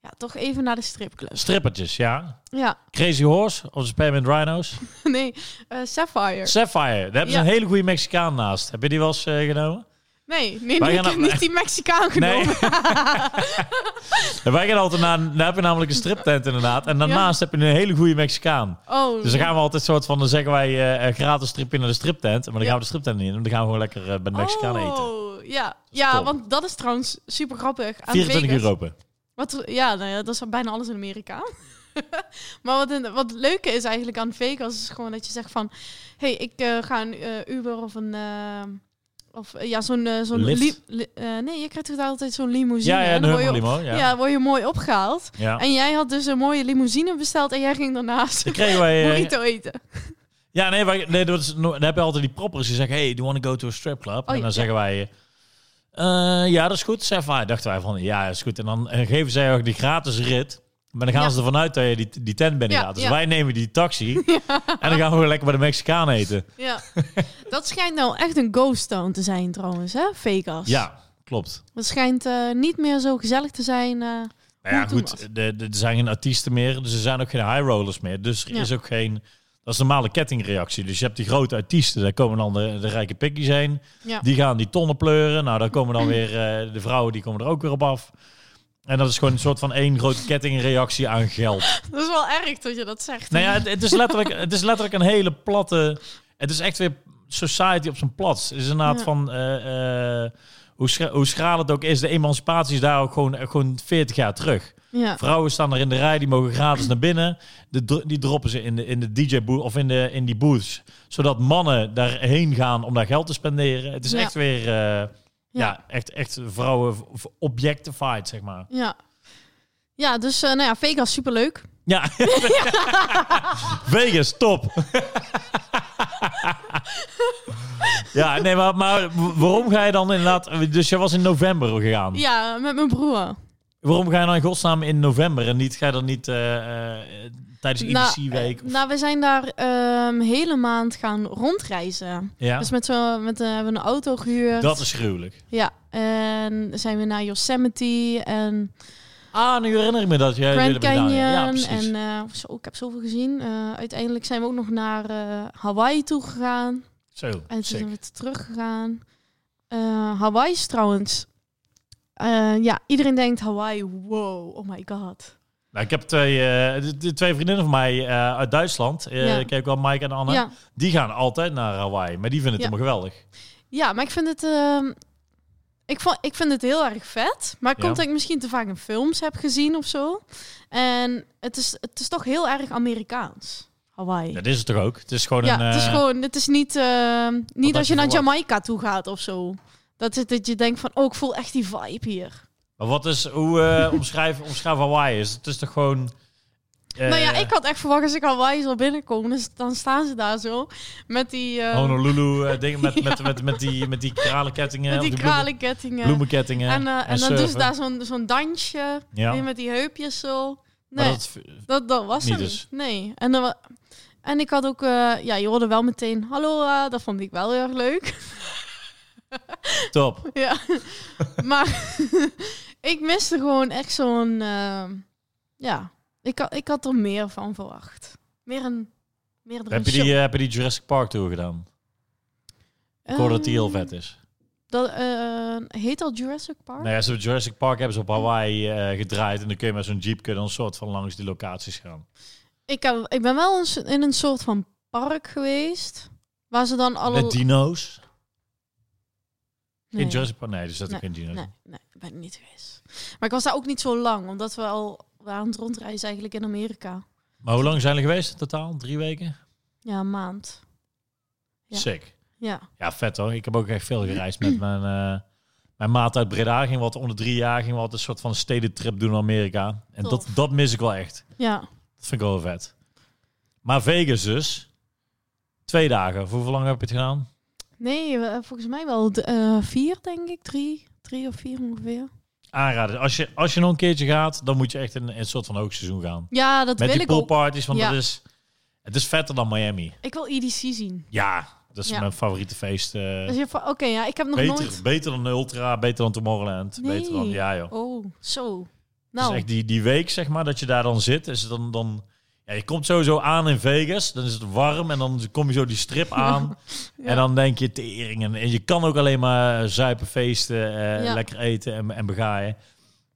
Ja, toch even naar de stripclub. Strippertjes, ja. Ja, Crazy Horse of de Spearmint Rhinos. nee, eh, Sapphire. Sapphire, daar hebben ze Ja. een hele goede Mexicaan naast. Heb je die wel eens eh, genomen? Nee, nee, Wij nee ik gaan heb naar- niet die Mexicaan Nee. genomen. En wij gaan altijd naar, daar heb je namelijk een striptent inderdaad. En daarnaast heb je een hele goede Mexicaan. Oh, Dus dan gaan we altijd soort van, dan zeggen wij eh, een gratis stripje naar de striptent. Maar dan Ja. gaan we de striptent niet in, want dan gaan we gewoon lekker eh, bij de Mexicaan eten. Oh, ja, is ja top. want dat is trouwens super grappig. Aan 24 Vegas. uur open. Wat, ja, nou ja, dat is bijna alles in Amerika. maar wat, een- wat het leuke is eigenlijk aan Vegas, is gewoon dat je zegt van... hey, ik eh, ga een eh, Uber of een... eh, of eh, ja, zo'n... eh, zo'n Lyft. li- li- eh, nee, je krijgt toch altijd zo'n limousine? Ja, ja, en de dan word je, Hummel op- Limo. Ja. ja, word je mooi opgehaald. Ja. En jij had dus een mooie limousine besteld en jij ging daarnaast Dan kregen wij... eh, burrito eten. ja, nee, wij, nee dat is, no- dan heb je altijd die proppers die zeggen... Hey, do you want to go to a strip club? en Oh, ja, dan ja. zeggen wij... eh, eh, ja, dat is goed. Zeg maar, dachten wij van, ja, dat is goed. En dan eh, geven zij ook die gratis rit. Maar dan gaan Ja. ze ervan uit dat je die, die tent binnen Ja, gaat. Dus ja. wij nemen die taxi. En dan gaan we lekker bij de Mexicaan eten. Ja. Dat schijnt nou echt een ghost town te zijn trouwens, hè? Vegas. Ja, klopt. Dat schijnt eh, niet meer zo gezellig te zijn. eh. Nou ja, Hoe toen was. goed, de- de- er zijn geen artiesten meer, dus er zijn ook geen high rollers meer. Dus er Ja. is ook geen... Dat is een normale kettingreactie. Dus je hebt die grote artiesten, daar komen dan de, de rijke pikkies heen. Ja. Die gaan die tonnen pleuren. Nou, daar komen dan weer eh, de vrouwen, die komen er ook weer op af. En dat is gewoon een soort van één grote kettingreactie aan geld. Dat is wel erg dat je dat zegt. nou ja, het, het is letterlijk, het is letterlijk een hele platte... Het is echt weer society op zijn plats. Het is inderdaad Ja. van... eh, eh, hoe, schra- hoe schraal het ook is, de emancipatie is daar ook gewoon, gewoon 40 jaar terug. Ja. Vrouwen staan er in de rij, die mogen gratis naar binnen. De, dro- die droppen ze in de, in de DJ-booth of in, de, in die booths. Zodat mannen daarheen gaan om daar geld te spenderen. Het is Ja. echt weer, eh, ja. echt, echt vrouwen v- v- objectified, zeg maar. Ja. Ja, dus eh, nou ja, Vegas superleuk. Ja. Vegas, top. ja, nee, maar, maar waarom ga je dan inderdaad... Dus jij was in november gegaan. Ja, met mijn broer. Waarom ga je dan in godsnaam in november en niet, ga je dan niet eh, eh, tijdens IDC-week? eh, nou, we zijn daar ehm hele maand gaan rondreizen. ja? Dus met zo, met, eh, hebben we een auto gehuurd. Dat is gruwelijk. Ja, en zijn we naar Yosemite en Ah, nu herinner ik me dat. Jij Grand jullie hebben Canyon. gedaan. Ja, precies. en eh, zo, ik heb zoveel gezien. Eh, uiteindelijk zijn we ook nog naar eh, Hawaii toe gegaan. Zo, En toen sick. zijn we terug gegaan. Hawaii is trouwens. eh, ja, iedereen denkt Hawaii, wow, oh my god. Nou, ik heb twee, eh, de- de twee vriendinnen van mij eh, uit Duitsland. Eh, Ja. Ik heb ook wel Mike en Anne. Ja, Die gaan altijd naar Hawaii. Maar die vinden het Ja. helemaal geweldig. ja, maar ik vind het. ehm, ik, vond, ik vind het heel erg vet. Maar het Ja. komt dat ik misschien te vaak in films heb gezien of zo. En het is, het is toch heel erg Amerikaans, Hawaii. Dat is het toch ook? Het is gewoon ja, een... het is eh, gewoon, het is niet, eh, niet had als je je naar verwacht? Jamaica toe gaat of zo. Dat, het- dat je denkt van, oh, ik voel echt die vibe hier. Maar wat is... Hoe eh omschrijf, omschrijf Hawaii is? Het is toch gewoon... eh, nou ja, ik had echt verwacht als ik Hawaii zou binnenkomen, dus dan staan ze daar zo met die, eh Honolulu, eh, dingen met, met, met, met, die, met die kralenkettingen. met of die bloemen- kralenkettingen. bloemenkettingen. en, eh, en, dan doen ze surfen. daar zo'n zo'n dansje, Ja, weer met die heupjes zo. maar Nee, dat, dat, dat, was niet het dus. niet. Nee. En, dan, wa- en ik had ook, eh, ja, je hoorde wel meteen, hallo, eh, dat vond ik wel heel erg leuk. top. Ja, maar ik miste gewoon echt zo'n. ehm, ja, ik, ha- ik had er meer van verwacht. Meer een. Meer Heb je, die, eh, heb je die Jurassic Park tour gedaan? Ik hoor dat die Ehm, heel vet is. Dat, eh, heet dat Jurassic Park? Nou ja, ze hebben Jurassic Park hebben ze op Hawaii eh, gedraaid. En dan kun je met zo'n jeep kun je dan een soort van langs die locaties gaan. Ik, heb, ik ben wel eens in een soort van park geweest. Waar ze dan alle. Met dino's. nee, In Jurassic Park? Nee, dus dat ook geen dino's. nee, nee, ik ben ik niet geweest. Maar ik was daar ook niet zo lang, omdat we al we aan het rondreizen eigenlijk in Amerika. Maar hoe lang zijn we geweest in totaal? Drie weken? Ja, een maand. Ja. Sick. Ja. Ja, vet hoor. Ik heb ook echt veel gereisd met mijn, eh, mijn maat uit Breda. Ging wat onder drie jaar, ging wat een soort van stedentrip doen naar Amerika. En dat, Tof. dat mis ik wel echt. Ja. Dat vind ik wel vet. Maar Vegas dus. Twee dagen. Voor hoe lang heb je het gedaan? Nee, eh, volgens mij wel d- eh, vier, denk ik. Drie, drie of vier ongeveer. Aanraden. Als je, als je nog een keertje gaat, dan moet je echt in in een soort van hoogseizoen gaan. Ja, dat Met wil die ik ook. poolparties, want Ja. dat is, het is vetter dan Miami. Ik wil EDC zien. Ja, dat is Ja. mijn favoriete feest. eh. Dus je van- Oké, ja, ik heb nog beter, nooit... beter dan Ultra, beter dan Tomorrowland. Nee. Beter dan, ja joh. Oh, zo. Dus Nou, echt die, die week zeg maar, dat je daar dan zit, is het dan... dan ja, je komt sowieso aan in Vegas, dan is het warm en dan kom je zo die strip aan. Ja. En dan denk je tering. En, en je kan ook alleen maar zuipen, feesten, eh, Ja. lekker eten en, en begaaien.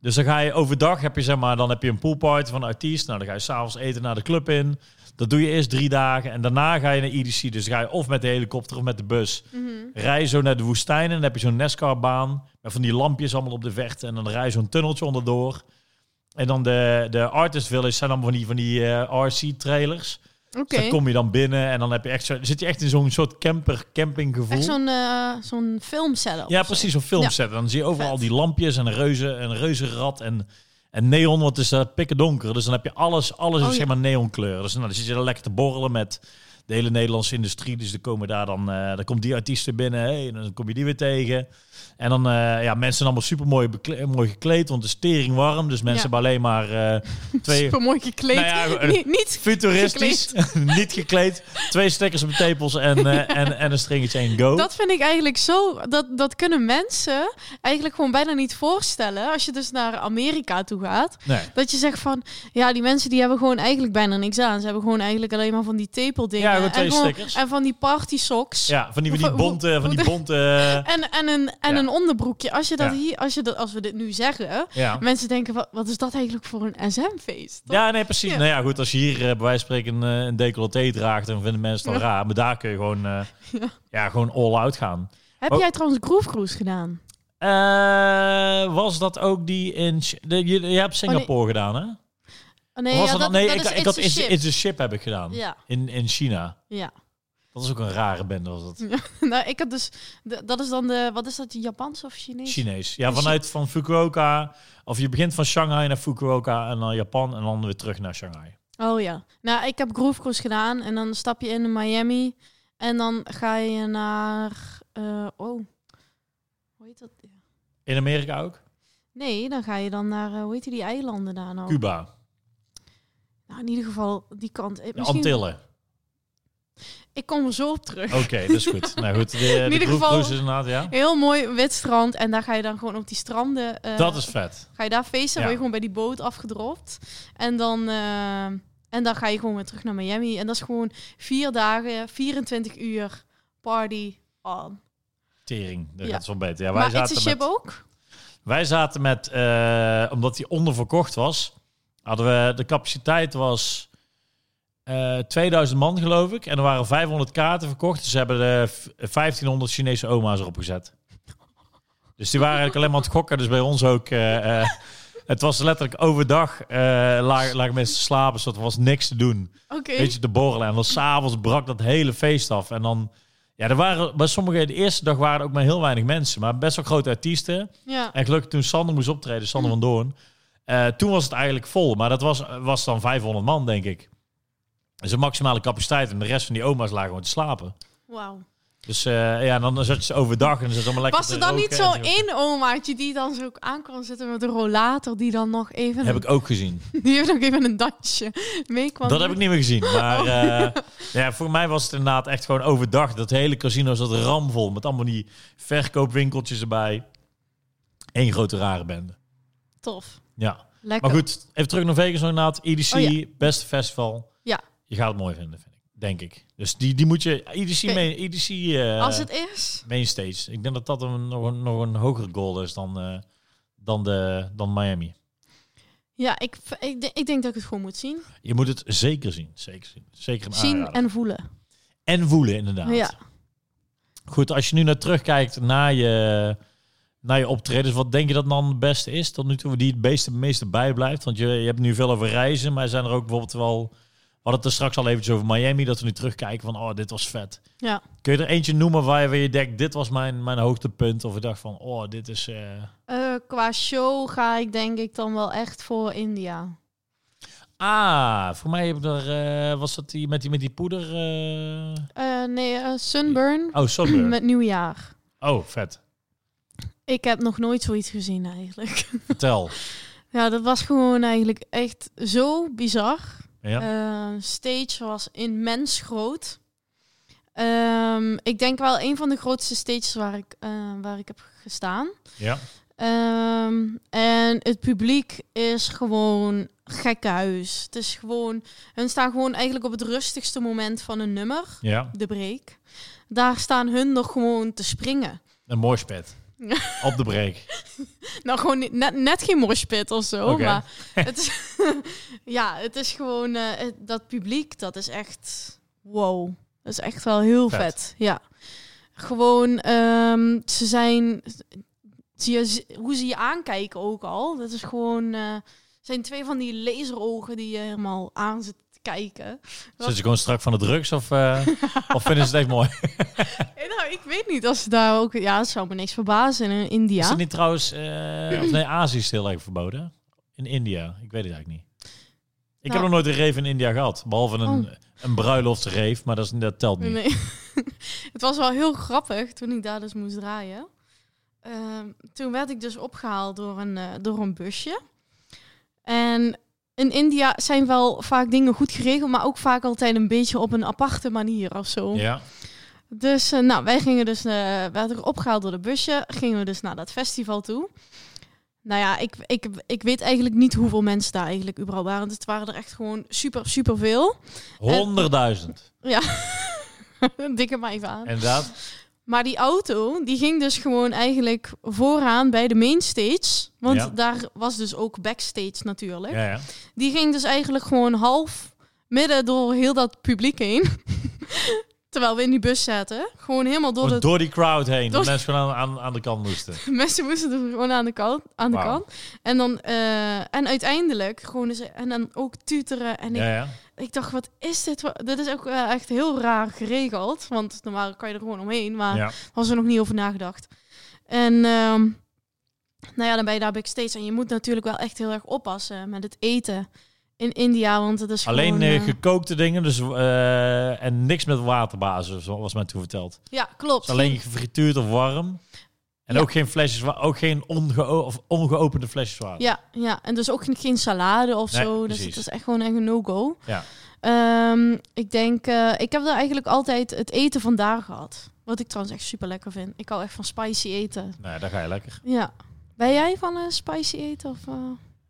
Dus dan ga je overdag, heb je, zeg maar, dan heb je een poolparty van een artiest. Nou, dan ga je s'avonds eten naar de club in. Dat doe je eerst drie dagen en daarna ga je naar EDC. Dus ga je of met de helikopter of met de bus. mhm. Rij je zo naar de woestijn en dan heb je zo'n NASCAR-baan. Met van die lampjes allemaal op de verte. En dan rij je zo'n tunneltje onderdoor. En dan de, de Artist Village zijn dan van die, van die eh, RC-trailers. Oké. Dus dan kom je dan binnen en dan heb je echt zo, zit je echt in zo'n soort camper-camping gevoel. Echt zo'n eh zo'n filmcel. Ja, precies, zo'n filmset. Dan zie je overal Vet. die lampjes en een, reuze, een reuzenrad en, en neon, want het is daar pikken donker. Dus dan heb je alles, alles Oh, is ja. zeg maar neonkleur. Dus nou, dan zit je daar lekker te borrelen met de hele Nederlandse industrie. Dus dan komen daar dan, eh dan komt die artiesten binnen, hey, en dan kom je die weer tegen. En dan, eh, ja, mensen zijn allemaal super mooi, mooi gekleed, want het is tering warm. Dus mensen Ja. hebben alleen maar eh, twee... Super mooi gekleed. Nou ja, eh, Niet- niet Futuristisch, niet gekleed, twee stekkers op de tepels en, eh, en, en een stringetje en go. Dat vind ik eigenlijk zo. Dat, dat kunnen mensen eigenlijk gewoon bijna niet voorstellen. Als je dus naar Amerika toe gaat. Nee. Dat je zegt van. Ja, die mensen die hebben gewoon eigenlijk bijna niks aan. Ze hebben gewoon eigenlijk alleen maar van die tepeldingen. Ja, gewoon twee en, gewoon, stickers. en van die party socks. Ja, van die, van die Hoe- hoe- bonte, van die hoe- bonte eh, En, en, een, en Ja. een onderbroekje. Als, je dat Ja. hier, als, je dat, als we dit nu zeggen. Ja. Mensen denken, wat, wat is dat eigenlijk voor een SM-feest? Ja, nee, precies. Ja. Nou ja, goed, als je hier eh, bij wijze van spreken een, eh, een decolleté draagt, dan vinden mensen het al raar. Maar daar kun je gewoon, eh, ja. Ja. gewoon all out gaan. Heb Oh. jij trouwens Groove Cruise gedaan? Eh, was dat ook die in... Ch- de- je, je hebt Singapore gedaan, hè? Oh, nee, Of was ja, dat, dan- dat, nee dat ik, is ik had It's a Ship. It's a Ship heb ik gedaan. Ja, In, in China. ja. Dat is ook een rare bende, was dat. nou, ik had dus... de- dat is dan de... Wat is dat? Japans of Chinees? Chinees. Ja, Chi- vanuit van Fukuoka. Of je begint van Shanghai naar Fukuoka en dan Japan en dan weer terug naar Shanghai. Oh ja. Nou, ik heb Groove Cruise gedaan. En dan stap je in Miami. En dan ga je naar... eh, oh. Hoe heet dat? In Amerika ook? Nee, dan ga je dan naar... eh, hoe heet die eilanden daar nou? Cuba. Nou, in ieder geval die kant. Eh, De Misschien, Antillen. Oh. Ik kom er zo op terug. Oké, dat is goed. Nou goed, de, de ieder Groove geval- Cruise is inderdaad, ja. Heel mooi wit strand. En daar ga je dan gewoon op die stranden... eh, Dat is vet. Ga je daar feesten, Ja. word je gewoon bij die boot afgedropt. En dan, eh, en dan ga je gewoon weer terug naar Miami. En dat is gewoon vier dagen, 24 uur party on. Tering, dat Ja. gaat wel beter. Ja, wij, Maar It's a zaten Ship met, ook? wij zaten met, eh, omdat die onderverkocht was, hadden we, de capaciteit was eh, 2000 man geloof ik. En er waren 500 kaarten verkocht, dus ze hebben de v- 1500 Chinese oma's erop gezet. Dus die waren eigenlijk alleen maar aan het gokken, dus bij ons ook... eh, eh, het was letterlijk overdag, eh lagen lagen mensen te slapen, dus dat was niks te doen. Oké. Weet je, te borrelen. En dan s'avonds brak dat hele feest af. En dan, ja, er waren bij sommigen, de eerste dag waren er ook maar heel weinig mensen, maar best wel grote artiesten. Ja. En gelukkig toen Sander moest optreden, Sander van Doorn, eh, toen was het eigenlijk vol. Maar dat was, was dan 500 man, denk ik. Dat is de maximale capaciteit. En de rest van die oma's lagen gewoon te slapen. Wauw. Dus eh, ja, dan zat je ze overdag en ze zat allemaal lekker Was te er dan niet roken en zo'n één omaatje die dan zo aan kon zitten met een rollator die dan nog even... Heb ik ook gezien. Die heeft nog even een dansje mee kwam. Oh. Dat heb ik niet meer gezien. Maar eh, ja, voor mij was het inderdaad echt gewoon overdag. Dat hele casino zat ramvol. Met allemaal die verkoopwinkeltjes erbij. Eén grote rare bende. Tof. Ja. Lekker. Maar goed, even terug naar Vegas inderdaad. EDC, Oh beste festival. Ja. Je gaat het mooi vinden, vind ik. Denk ik. Dus die, die moet je... EDC, Oké. main, EDC eh, Als het is... main stage. Ik denk dat dat een, nog, een, nog een hoger goal is dan, eh, dan, de, dan Miami. Ja, ik, ik, denk- ik denk dat ik het gewoon moet zien. Je moet het zeker zien. Zeker zien. Zeker een Zien aanrader. en voelen. En voelen, inderdaad. Ja. Goed, als je nu naar terugkijkt naar je, naar je optredens, wat denk je dat dan het beste is tot nu toe, die het meeste, meeste bijblijft? Want je, je hebt nu veel over reizen, maar zijn er ook bijvoorbeeld wel... We hadden het er straks al eventjes over Miami, dat we nu terugkijken van, oh, dit was vet. Ja. Kun je er eentje noemen waar je, waar je denkt, dit was mijn, mijn hoogtepunt? Of je dacht van, oh, dit is... eh, Eh, qua show ga ik denk ik dan wel echt voor India. Ah, voor mij heb ik er, eh, was dat die met die, met die poeder... eh, Eh, nee, eh, Sunburn Oh, Sunburn. met nieuwjaar. Oh, vet. Ik heb nog nooit zoiets gezien eigenlijk. Vertel. ja, dat was gewoon eigenlijk echt zo bizar. Ja. Eh, stage was immens groot. Ehm, ik denk wel een van de grootste stages waar ik, eh, waar ik heb gestaan. ja. Ehm, en het publiek is gewoon gekkenhuis. Het is gewoon, hun staan gewoon eigenlijk op het rustigste moment van een nummer, Ja. de break. Daar staan hun nog gewoon te springen. Een morspet. Ja. Op de break. Nou, gewoon niet- net, net geen moshpit of zo, Oké. maar het is, ja, het is gewoon eh, het- dat publiek, dat is echt wow. Dat is echt wel heel Vet. vet. Ja, gewoon ehm, ze zijn, zie je, hoe ze je aankijken ook al. Dat is gewoon, eh, zijn twee van die laserogen die je helemaal aan zit te kijken. Zit je gewoon strak van de drugs of, eh, of vinden ze het echt mooi? Eh, nou, ik weet niet als ze daar ook... Ja, het zou me niks verbazen in India. Is het niet trouwens... eh, of nee, Azië is het heel erg verboden. hè? In India. Ik weet het eigenlijk niet. Ik Nou. Oh. heb nog nooit een rave in India gehad. Behalve een, een bruiloftsrave, maar dat, is, dat telt niet. Nee. het was wel heel grappig toen ik daar dus moest draaien. Ehm, toen werd ik dus opgehaald door een, eh, door een busje. En in India zijn wel vaak dingen goed geregeld, maar ook vaak altijd een beetje op een aparte manier of zo. Ja. Dus eh, nou, wij gingen dus, eh werden er opgehaald door de busje, gingen we dus naar dat festival toe. Nou ja, ik, ik, ik weet eigenlijk niet hoeveel mensen daar eigenlijk überhaupt waren. Dus het waren er echt gewoon super, super veel. Honderdduizend. Dik er maar even aan. Inderdaad. Maar die auto, die ging dus gewoon eigenlijk vooraan bij de mainstage. Want Ja. daar was dus ook backstage natuurlijk. Ja, ja. Die ging dus eigenlijk gewoon half midden door heel dat publiek heen. Terwijl we in die bus zaten. Gewoon helemaal door Door, het... door die crowd heen. Door- Dat mensen gewoon aan, aan, aan de kant moesten. Mensen moesten er gewoon aan de kant. Aan de Wauw. kant. En dan... eh, en uiteindelijk gewoon... Eens, en dan ook tuteren. En ik, Ja, ja. ik dacht, wat is dit? Wa- Dit is ook eh, echt heel raar geregeld. Want normaal kan je er gewoon omheen. Maar ja. was er nog niet over nagedacht. En ehm, nou ja, dan ben je daar backstage. En je moet natuurlijk wel echt heel erg oppassen met het eten in India. Want het is Alleen gewoon... eh, eh, gekookte dingen dus, eh, en niks met waterbasis, was mij toen verteld. ja, klopt. Dus alleen gefrituurd of warm. En Ja. ook geen flesjes, wa- ook geen ongeo- of ongeopende flesjes water. Ja, ja, en dus ook geen- geen salade of Nee, zo. Dus precies. het is echt gewoon echt een no-go. Ja. Ehm, ik denk, eh, ik heb daar eigenlijk altijd het eten vandaar gehad. Wat ik trouwens echt super lekker vind. Ik hou echt van spicy eten. Nou, daar ga je lekker. Ja. Ben jij van eh, spicy eten? Of, eh?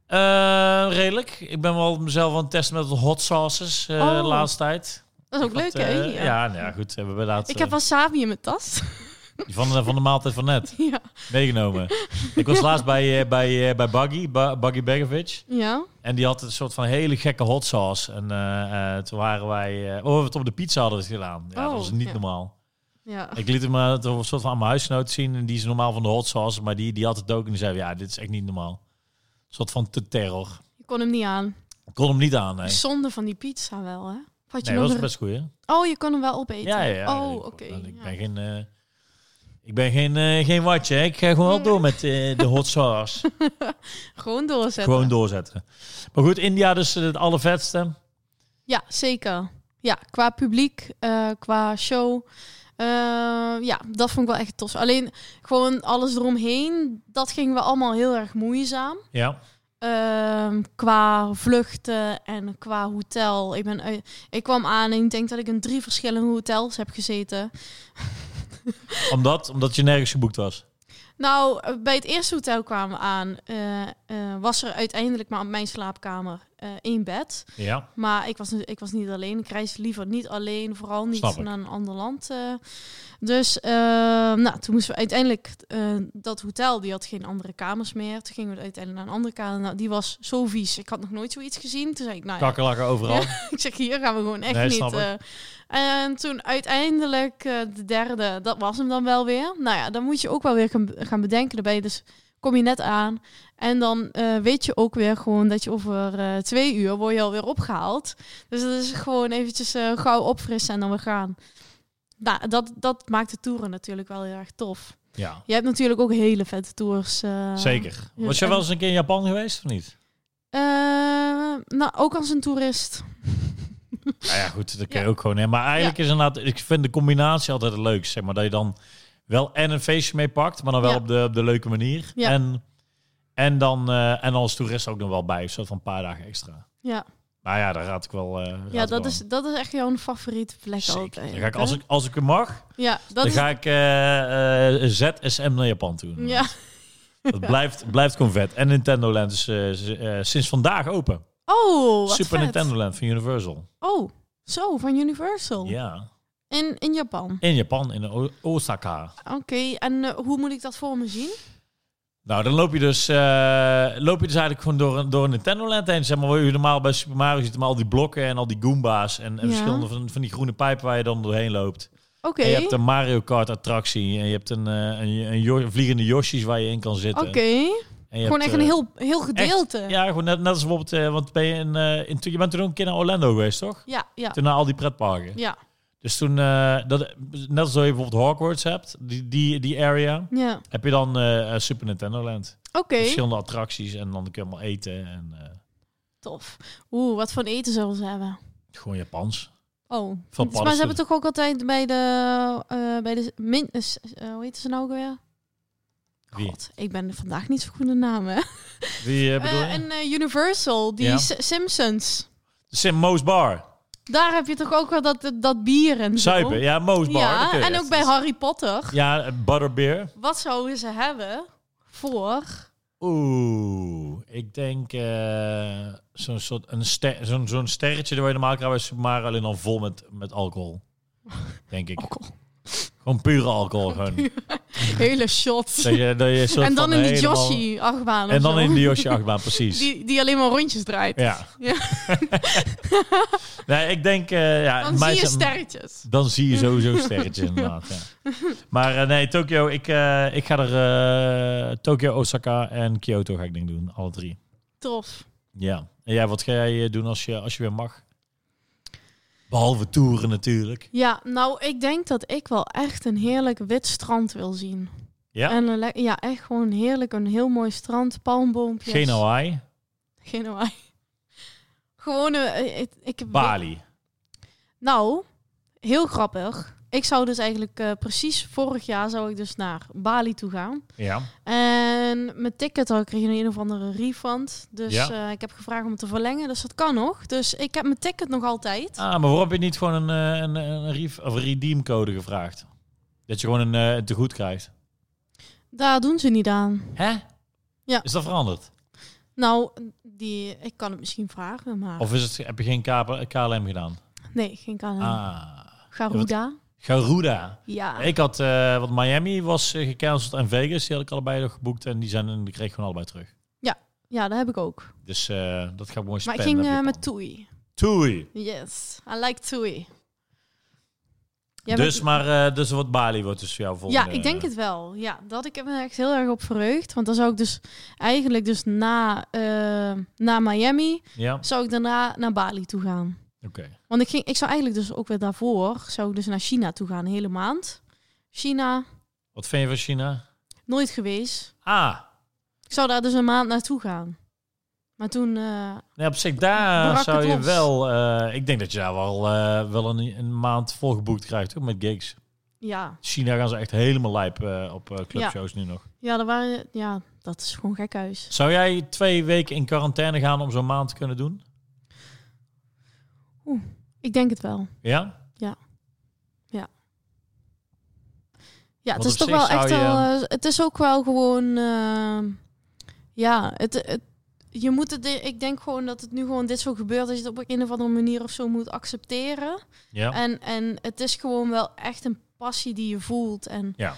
Eh, redelijk. Ik ben wel mezelf aan het testen met wat hot sauces eh, Oh. de laatste tijd. Dat is ook leuk, Wat, hè? eh, Ja. ja, nou ja, goed. Hebben we laatst, Ik heb eh, wasabi in mijn tas. van, de- van de maaltijd van net ja. meegenomen. ik was laatst bij, eh, bij, eh, bij Buggy, Ba- Buggy Begovic. Ja. En die had een soort van hele gekke hot sauce. En eh, eh, toen waren wij... eh, oh, we het op de pizza hadden we het gedaan. Ja, Oh, dat was niet ja. normaal. Ja. Ik liet hem eh, het een soort van aan mijn huisgenoot zien. En die is normaal van de hot sauce. Maar die, die had het ook. En die zei, ja, dit is echt niet normaal. Een soort van te terror. Je kon hem niet aan. Ik kon hem niet aan, nee. Zonde van die pizza wel, hè? Of Had je Nee, dat nog was een- best goed, hè? Oh, je kon hem wel opeten. Ja, ja, ja. Oh, Ik- oké. Ik ja. ben geen... eh, ik ben geen, eh, geen watje, hè. Ik ga gewoon door met eh, de hot sauce. Gewoon doorzetten. gewoon doorzetten. Maar goed, India dus eh, het allervetste. Ja, zeker. Ja, qua publiek, eh, qua show. Eh, ja, dat vond ik wel echt tof. Alleen gewoon alles eromheen, dat ging wel allemaal heel erg moeizaam. Ja. Ehm, qua vluchten en qua hotel. Ik, ben, uit- ik kwam aan en ik denk dat ik in drie verschillende hotels heb gezeten. Omdat, omdat je nergens geboekt was. Nou, eh, bij het eerste hotel kwamen we aan. eh, eh, was er uiteindelijk maar op mijn slaapkamer eh, één bed. Ja. Maar ik was, nu- ik was niet alleen. Ik reis liever niet alleen, vooral niet Snap ik. naar een ander land. eh. Dus eh, nou, toen moesten we uiteindelijk... eh, dat hotel, die had geen andere kamers meer. Toen gingen we uiteindelijk naar een andere kamer. Nou, die was zo vies. Ik had nog nooit zoiets gezien. Toen zei ik, nou ja, Kakkerlakken overal. ik zeg, hier gaan we gewoon echt Nee, niet. snap ik. eh. en toen uiteindelijk eh, de derde, dat was hem dan wel weer. Nou ja, dan moet je ook wel weer gaan- gaan bedenken. Daarbij dus kom je net aan. En dan eh, weet je ook weer gewoon dat je over eh, twee uur word je alweer opgehaald. Dus dat is gewoon eventjes eh, gauw opfrissen en dan weer gaan. Nou, dat, dat maakt de toeren natuurlijk wel heel erg tof. Ja, Je hebt natuurlijk ook hele vette tours. eh, zeker. ja, Was je en- wel eens een keer in Japan geweest of niet? eh, nou, ook als een toerist. Nou ja, goed, dat kun je Ja. ook gewoon. Hè. Maar eigenlijk is inderdaad, ik vind de combinatie altijd het leukst. Zeg maar dat je dan wel en een feestje mee pakt, maar dan wel Ja. op, de, op de leuke manier. Ja. En, en dan eh, en als toerist ook nog wel bij, zo van een paar dagen extra. Ja, Maar ja, daar raad ik wel. eh, raad ja ik wel dat, is, aan. dat is echt jouw favoriete plek Zeker. altijd. Dan ga ik, hè? als ik als ik mag, Ja, dat dan is... ga ik eh, eh, ZSM naar Japan toe. Ja. Dat blijft, blijft gewoon vet. En Nintendo Land is eh, z- eh, sinds vandaag open. Oh, wat Super vet. Nintendo Land van Universal. Oh, zo, van Universal. Ja. In, in Japan. In Japan, in O- Osaka. Oké, en eh, hoe moet ik dat voor me zien? Nou, dan loop je dus, eh, loop je dus eigenlijk gewoon door, een- door een Nintendo Land heen. Zeg maar, waar je normaal bij Super Mario ziet, maar al die blokken en al die Goomba's en, en Ja. verschillende van, van die groene pijpen waar je dan doorheen loopt. Oké, En je hebt oké. een Mario Kart attractie en je hebt een, eh, een, een, Jo- vliegende Yoshi's waar je in kan zitten. En je Gewoon hebt, echt een eh, heel, heel gedeelte. ja. Ja, gewoon net, net als bijvoorbeeld, eh, want ben je, in, eh, in, je bent toen ook een keer naar Orlando geweest, toch? Ja, ja, Toen naar al die pretparken. ja, dus, Dus toen, eh, dat, net als dat je bijvoorbeeld Hogwarts hebt, die, die, die area, ja. heb je dan eh, eh, Super Nintendo Land. Oké, Verschillende attracties en dan kun je allemaal eten en eh, tof. Oeh, wat voor eten zullen ze hebben? gewoon Japans. Oh, Van maar ze paddenstoelen. hebben toch ook altijd bij de, eh, bij de min, eh, s- eh, hoe heet ze nou ook weer? Wie? God, ik ben vandaag niet zo goed in namen. Wie eh, bedoel Eh, je? en eh, Universal, die Ja. S- Simpsons. Sim Mo's Bar. Daar heb je toch ook wel dat, dat bier en zo. Suipen, ja, Mo's Bar. dat Ja, kun je en echt. ook bij Harry Potter. Ja, eh, Butterbeer. Wat zouden ze hebben voor... Oeh, ik denk eh, zo'n soort een ster, zo'n zo'n sterretje waar je normaal krijgt bij Super Mario, alleen dan vol met, met alcohol. Denk ik. Alcohol. Gewoon pure alcohol. Gewoon. Hele shots. Dat je, dat je een soort en dan van in die helemaal- Yoshi-achtbaan of En dan zo. in de Yoshi achtbaan, precies. Die, die alleen maar rondjes draait. Ja. Ja. nee, ik denk... eh, ja, Dan mij zie je zijn- sterretjes. Dan zie je sowieso sterretjes inderdaad. Ja. Maar eh, nee, Tokio, ik, eh, ik ga er eh, Tokio, Osaka en Kyoto ga ik denk doen, alle drie. Tof. Ja. En jij, wat ga jij eh, doen als je, als je weer mag? Behalve toeren natuurlijk. Ja, nou, ik denk dat ik wel echt een heerlijk wit strand wil zien. Ja? En een le- ja, echt gewoon heerlijk. Een heel mooi strand, palmboompjes. Geen Hawaii, Geen Hawaii. Gewoon, eh, ik, ik heb- Bali. Nou, heel grappig. Ik zou dus eigenlijk eh, precies vorig jaar zou ik dus naar Bali toe gaan. Ja. En mijn ticket had ik kreeg een of andere refund. Dus Ja. eh, ik heb gevraagd om het te verlengen. Dus dat kan nog. Dus ik heb mijn ticket nog altijd. Ah, maar waarom heb je niet gewoon een, eh, een, een, ref- of een redeemcode gevraagd? Dat je gewoon een eh, een tegoed krijgt. Daar doen ze niet aan. Hè? Ja. Is dat veranderd? Nou, die, ik kan het misschien vragen, maar... Of is het, heb je geen KP KLM gedaan? Nee, geen kan. Ah, Garuda. Garuda. Ja. Ik had, eh want Miami was eh, gecanceld en Vegas, die had ik allebei nog geboekt en die zijn en die kreeg ik gewoon allebei terug. ja, dat heb ik ook. Dus eh, dat ga ik mooi Maar spelen. ik ging eh, met Toei. Toei. Yes, I like Toei. Jij dus, bent- maar, eh, dus wat Bali wordt dus voor jou volgende. Ja, ik denk het wel. Ja, dat ik me echt heel erg op verheugd. Want dan zou ik dus eigenlijk dus na, eh, na Miami, Ja, oké. zou ik daarna naar Bali toe gaan. Want ik, ging, ik zou eigenlijk dus ook weer daarvoor, zou ik dus naar China toe gaan, een hele maand. China, Wat vind je van China? nooit geweest. Ah, Ik zou daar dus een maand naartoe gaan. Maar toen, eh, nee, op zich daar Brak zou het je los. wel... eh, ik denk dat je daar wel, eh, wel een, een maand volgeboekt krijgt, ook met gigs. ja, China gaan ze echt helemaal lijp eh, op eh, clubshows nu nog. ja, daar waren, ja, dat is gewoon gekhuis. Zou jij twee weken in quarantaine gaan om zo'n maand te kunnen doen? Ik denk het wel. Ja? Ja, Want het is op toch zich wel zou echt je- ehm, wel. eh, het is ook wel gewoon. eh, ja, het, het, je moet het. Ik denk gewoon dat het nu gewoon dit zo gebeurt. Dat je het op een of andere manier of zo moet accepteren. Ja. En, en het is gewoon wel echt een passie die je voelt. En, Ja.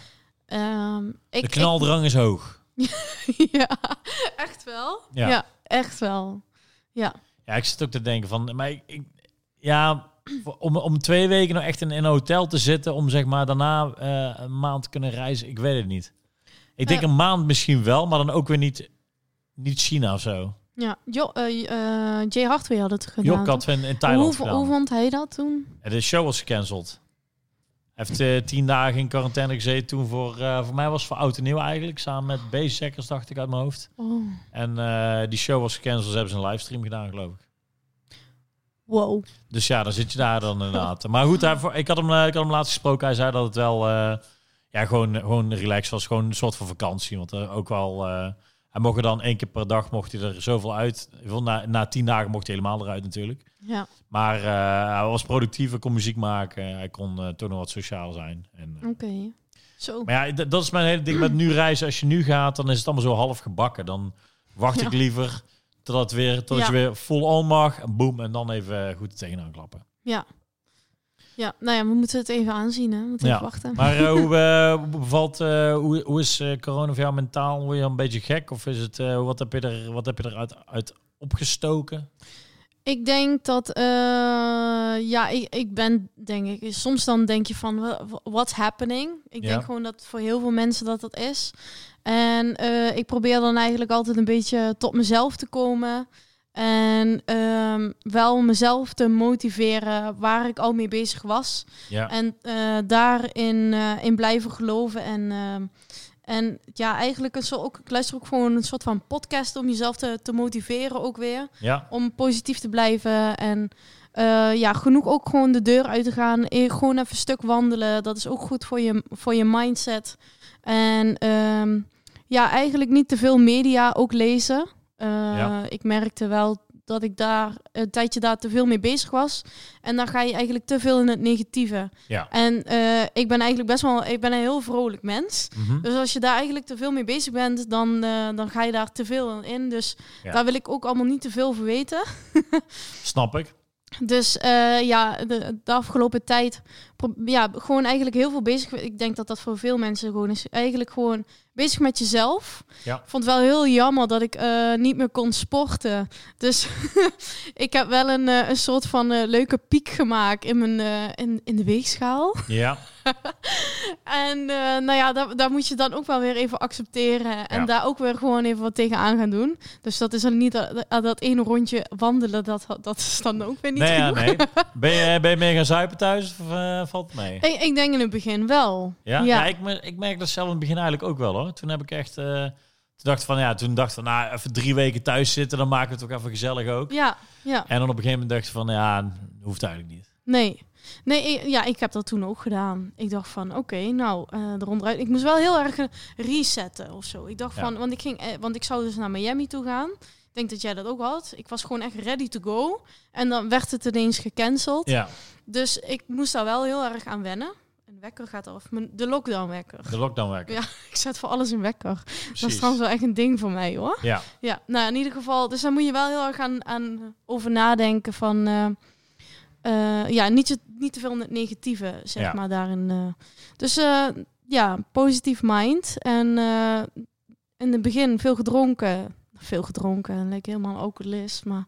ehm, ik, de knaldrang is hoog. ik- ja, echt wel. Ja. Ja. echt wel. Ja, ik zit ook te denken van, maar ik, ik- ja, om, om twee weken nou echt in, in een hotel te zitten, om zeg maar daarna eh, een maand te kunnen reizen, ik weet het niet. Ik denk Eh. een maand misschien wel, maar dan ook weer niet, niet China of zo. Ja, jo, eh, eh, Jay Hardway had het gedaan. Jok toch? had we in, in hoe, Thailand vo- hoe gedaan. vond hij dat toen? En de show was gecanceld. Hij heeft eh, tien dagen in quarantaine gezeten toen voor, eh, voor mij was het voor oud en nieuw eigenlijk, samen met Beestzekkers dacht ik uit mijn hoofd. Oh, En eh, die show was gecanceld, ze hebben ze een livestream gedaan geloof ik. wow. Dus ja, dan zit je daar dan inderdaad. Maar goed, hij, ik, had hem, eh, ik had hem laatst gesproken. Hij zei dat het wel eh, ja, gewoon, gewoon relaxed was. Gewoon een soort van vakantie. Want eh, ook wel... eh, hij mocht er dan één keer per dag mocht hij er zoveel uit. Ik bedoel, Na, na tien dagen mocht hij helemaal eruit natuurlijk. Ja, Maar eh, hij was productief, hij kon muziek maken. Hij kon eh, toch nog wat sociaal zijn. En, eh, oké. Zo. maar ja, d- dat is mijn hele ding met nu reizen. Als je nu gaat, dan is het allemaal zo half gebakken. Dan wacht Ja. ik liever totdat, het weer, totdat Ja. je weer full on mag. En boem, en dan even eh, goed tegenaan klappen. Ja, nou ja, we moeten het even aanzien, hè. We moeten Ja. even wachten. Maar eh, hoe, eh, hoe bevalt, eh, hoe, hoe is eh, corona voor jou mentaal? Word je een beetje gek? Of is het, eh, wat heb je er, wat heb je er uit, uit opgestoken? Ik denk dat, eh, ja, ik, ik ben, denk ik, soms dan denk je van, wa- what's happening? Ik Ja. denk gewoon dat voor heel veel mensen dat dat is. En eh, ik probeer dan eigenlijk altijd een beetje tot mezelf te komen. En ehm, wel mezelf te motiveren waar ik al mee bezig was. Ja. En eh, daarin eh, in blijven geloven. En, ehm, en ja, eigenlijk een soort, ook, ik luister ook gewoon een soort van podcast om jezelf te, te motiveren ook weer. ja. Om positief te blijven en eh, ja, genoeg ook gewoon de deur uit te gaan. Eh, Gewoon even een stuk wandelen. Dat is ook goed voor je, voor je mindset. En ehm, ja, eigenlijk niet te veel media ook lezen. Eh, Ja. Ik merkte wel dat ik daar een tijdje daar te veel mee bezig was. En dan ga je eigenlijk te veel in het negatieve. Ja. En eh, ik ben eigenlijk best wel, ik ben een heel vrolijk mens. Mhm. Dus als je daar eigenlijk te veel mee bezig bent, dan, eh, dan ga je daar te veel in. Dus Ja. daar wil ik ook allemaal niet te veel voor weten. Snap ik. Dus eh, ja, de, de afgelopen tijd, pro- ja, gewoon eigenlijk heel veel bezig. Ik denk dat dat voor veel mensen gewoon is. Eigenlijk gewoon bezig met jezelf. Ja. Vond wel heel jammer dat ik eh, niet meer kon sporten. Dus ik heb wel een, eh, een soort van eh, leuke piek gemaakt in, mijn, eh, in, in de weegschaal. Ja. En eh, nou ja, daar, daar moet je dan ook wel weer even accepteren. En Ja. daar ook weer gewoon even wat tegenaan gaan doen. Dus dat is dan niet dat, dat- dat ene rondje wandelen, dat, dat is dan ook weer niet Nee, ja, genoeg. nee. Ben je, ben je meer gaan zuipen thuis of eh, valt het mee? Ik, ik denk in het begin wel. Ja, ja. Ja. ik, mer- ik merk dat zelf in het begin eigenlijk ook wel hoor. Toen heb ik echt. eh, toen dacht ik van ja, toen dacht ik van nou even drie weken thuis zitten, dan maken we het ook even gezellig ook. Ja, ja. En dan op een gegeven moment dacht ik van ja, hoeft eigenlijk niet. Nee. Nee, ik- ja, ik heb dat toen ook gedaan. Ik dacht van, oké, nou, eh eronderuit. Ik moest wel heel erg eh, resetten of zo. Ik dacht Ja. van, want ik, ging, eh, want ik zou dus naar Miami toe gaan. Ik denk dat jij dat ook had. Ik was gewoon echt ready to go. En dan werd het ineens gecanceld. Ja, Dus ik moest daar wel heel erg aan wennen. Een wekker gaat af. Mijn- De lockdown wekker. de lockdown werken. Ja, Ik zet voor alles een wekker. Dat is precies. trouwens wel echt een ding voor mij hoor. Ja, Ja, nou in ieder geval, dus daar moet je wel heel erg aan, aan over nadenken van, eh, eh, ja, niet, je- niet te veel in het negatieve, zeg Ja. maar, daarin. eh. Dus eh, ja, positief mind. En eh, in het begin veel gedronken. Veel gedronken, leek helemaal een alcoholist, maar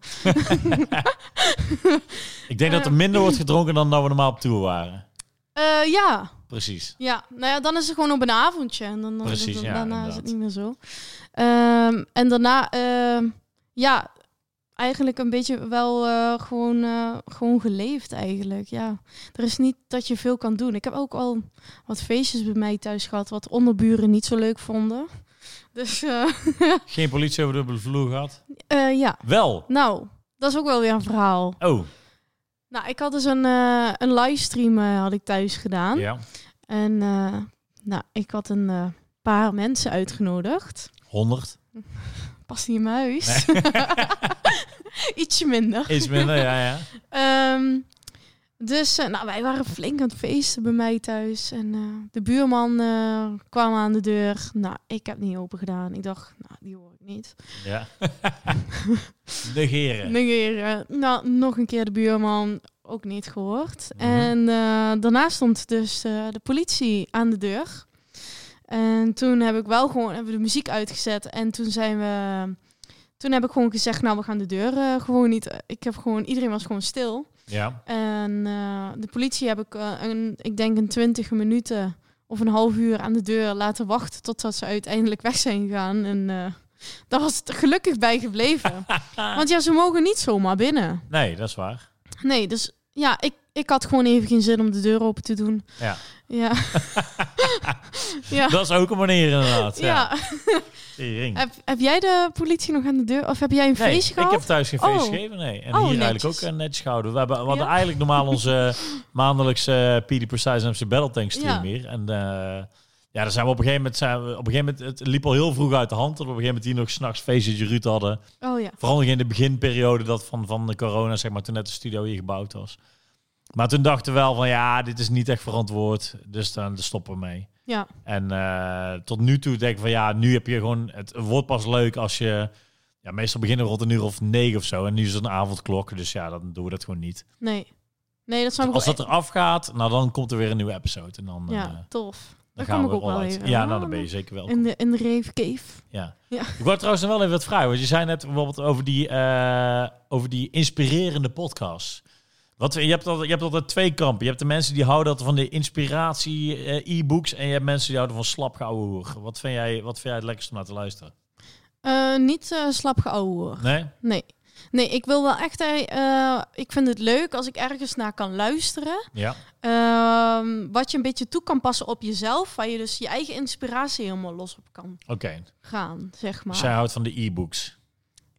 ik denk dat er minder wordt gedronken dan dat we normaal op tour waren. eh, ja, Precies. ja. Nou ja, dan is het gewoon op een avondje en dan, dan, Precies, dan- ja, daarna is inderdaad. het niet meer zo. Ehm, en daarna, ehm, ja, eigenlijk een beetje wel eh, gewoon, eh, gewoon geleefd eigenlijk. Ja, er is niet dat je veel kan doen. Ik heb ook al wat feestjes bij mij thuis gehad, wat onderburen niet zo leuk vonden. Dus eh, Geen politie over de vloer gehad. eh, ja, Wel. nou, dat is ook wel weer een verhaal. Oh, Nou, ik had dus een, eh, een livestream eh, had ik thuis gedaan. ja. En eh, nou, ik had een eh, paar mensen uitgenodigd. 100. Past niet in mijn huis. Ietsje minder. Iets minder, ja, ja. Ehm, dus eh, nou, wij waren flink aan het feesten bij mij thuis. En eh, de buurman eh, kwam aan de deur. Nou, ik heb niet open gedaan. Ik dacht, nou, die hoor ik niet. ja. Negeren. Negeren. Nou, nog een keer de buurman. Ook niet gehoord. Mhm. En eh, daarna stond dus eh, de politie aan de deur. En toen heb ik wel gewoon hebben we de muziek uitgezet. En toen zijn we. Toen heb ik gewoon gezegd, nou, we gaan de deur eh, gewoon niet. Ik heb gewoon, iedereen was gewoon stil. Ja, En eh, de politie heb ik, eh, een, ik denk een twintig minuten of een half uur aan de deur laten wachten totdat ze uiteindelijk weg zijn gegaan. En eh, daar was het gelukkig bij gebleven. Want ja, ze mogen niet zomaar binnen. nee, dat is waar. Nee, dus ja, ik, ik had gewoon even geen zin om de deur open te doen. Ja. Ja. ja. Dat is ook een manier inderdaad. Ja. ja. Die ring. Heb, heb jij de politie nog aan de deur? Of heb jij een Nee, feestje ik gehad? heb thuis geen feest Oh. gegeven, nee. En Oh, hier eigenlijk netjes. ook een netjes gehouden. We, hebben, we hadden Ja. eigenlijk normaal onze eh, maandelijkse eh, PD Precise MC Battletank stream Ja. hier. En eh, ja, daar zijn we op een gegeven moment... Zijn we, op een gegeven moment het liep al heel vroeg uit de hand. Dat we op een gegeven moment hier nog s'nachts feestje Ruud hadden. Oh ja. Vooral nog in de beginperiode dat van, van de corona, zeg maar, toen net de studio hier gebouwd was. Maar toen dachten we wel van, ja, dit is niet echt verantwoord. Dus dan stoppen we mee. Ja. En eh, tot nu toe denk ik van ja, nu heb je gewoon. Het wordt pas leuk als je. Ja, meestal beginnen we rond een uur of negen of zo. En nu is het een avondklok. Dus ja, dan doen we dat gewoon niet. Nee. Nee, dat snap ik Als wel. dat eraf gaat, nou dan komt er weer een nieuwe episode. En dan, eh, Ja, tof. Dan Dat gaan kan we ik ook all wel out. even. Ja, nou, dan ben je zeker wel. In de, in de Rave Cave. Ja. Ja. Ik wou trouwens nog wel even wat vragen. Want je zei net bijvoorbeeld over die, eh, over die inspirerende podcasts. Wat, je, hebt altijd, je hebt altijd twee kampen. Je hebt de mensen die houden van de inspiratie eh, e-books. En je hebt mensen die houden van slap gouden hoer. Wat vind jij, wat vind jij het lekkerst om naar te luisteren? Eh, niet eh slap geouwehoer. Nee? Nee. Nee, ik wil wel echt... eh, ik vind het leuk als ik ergens naar kan luisteren. Ja. Ehm, wat je een beetje toe kan passen op jezelf, waar je dus je eigen inspiratie helemaal los op kan Oké. gaan, zeg maar. Dus jij houdt van de e-books.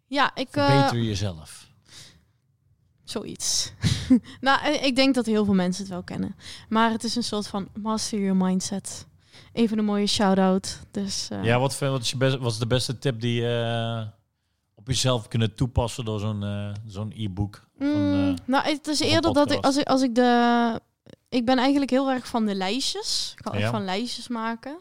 Ja, ik eh, Verbeter jezelf. zoiets. nou, eh, ik denk dat heel veel mensen het wel kennen, maar het is een soort van master your mindset. Even een mooie shout-out. Dus eh, Ja, wat, vind- wat is je best, wat is de beste tip die je op jezelf kunnen toepassen door zo'n eh, zo'n e-book? Of een, eh, mm, nou, het is een eerder dat ik podcast. als ik als ik de ik ben eigenlijk heel erg van de lijstjes. Ik hou Ja. van lijstjes maken.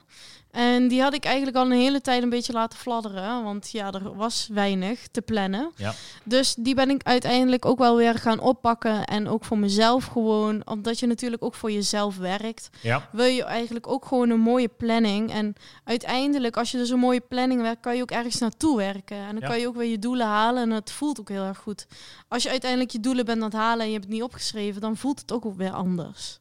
En die had ik eigenlijk al een hele tijd een beetje laten fladderen. Want ja, er was weinig te plannen. Ja. Dus die ben ik uiteindelijk ook wel weer gaan oppakken. En ook voor mezelf gewoon. Omdat je natuurlijk ook voor jezelf werkt. ja. Wil je eigenlijk ook gewoon een mooie planning. En uiteindelijk, als je dus een mooie planning werkt, kan je ook ergens naartoe werken. En dan Ja. kan je ook weer je doelen halen. En het voelt ook heel erg goed. Als je uiteindelijk je doelen bent aan het halen en je hebt het niet opgeschreven, dan voelt het ook weer anders.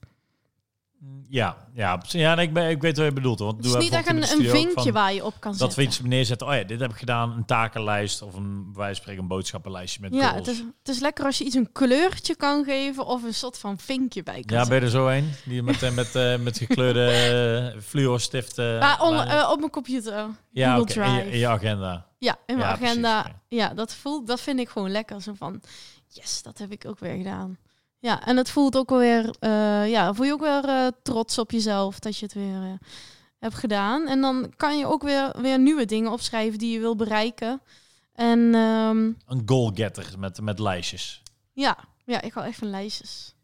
Mm, Ja, ja, ja nee, ik, ben, ik weet wat je bedoelt. hoor. Want Het is doe niet echt even een, wat in de een studio ook vinkje van waar je op kan Dat zetten. we iets neerzetten. Oh ja, dit heb ik gedaan. Een takenlijst of een, bij wijze van spreken, een boodschappenlijstje met ja, goals. het is, het is lekker als je iets een kleurtje kan geven of een soort van vinkje bij kan ja, ben zetten. je er zo een? Die met, eh, met, eh, met gekleurde eh, fluorstiften. Maar on- lijnen. eh, op mijn computer. ja, Google oké, in je- In, Drive. je, agenda. Ja, in mijn Ja, precies, agenda. ja. Ja, dat, voelt, dat vind ik gewoon lekker. Zo van, yes, dat heb ik ook weer gedaan. Ja, en het voelt ook weer, eh ja, voel je ook weer eh, trots op jezelf dat je het weer eh, hebt gedaan. En dan kan je ook weer, weer nieuwe dingen opschrijven die je wil bereiken. En ehm, Een goalgetter met, met lijstjes. ja, ja, ik hou echt van lijstjes.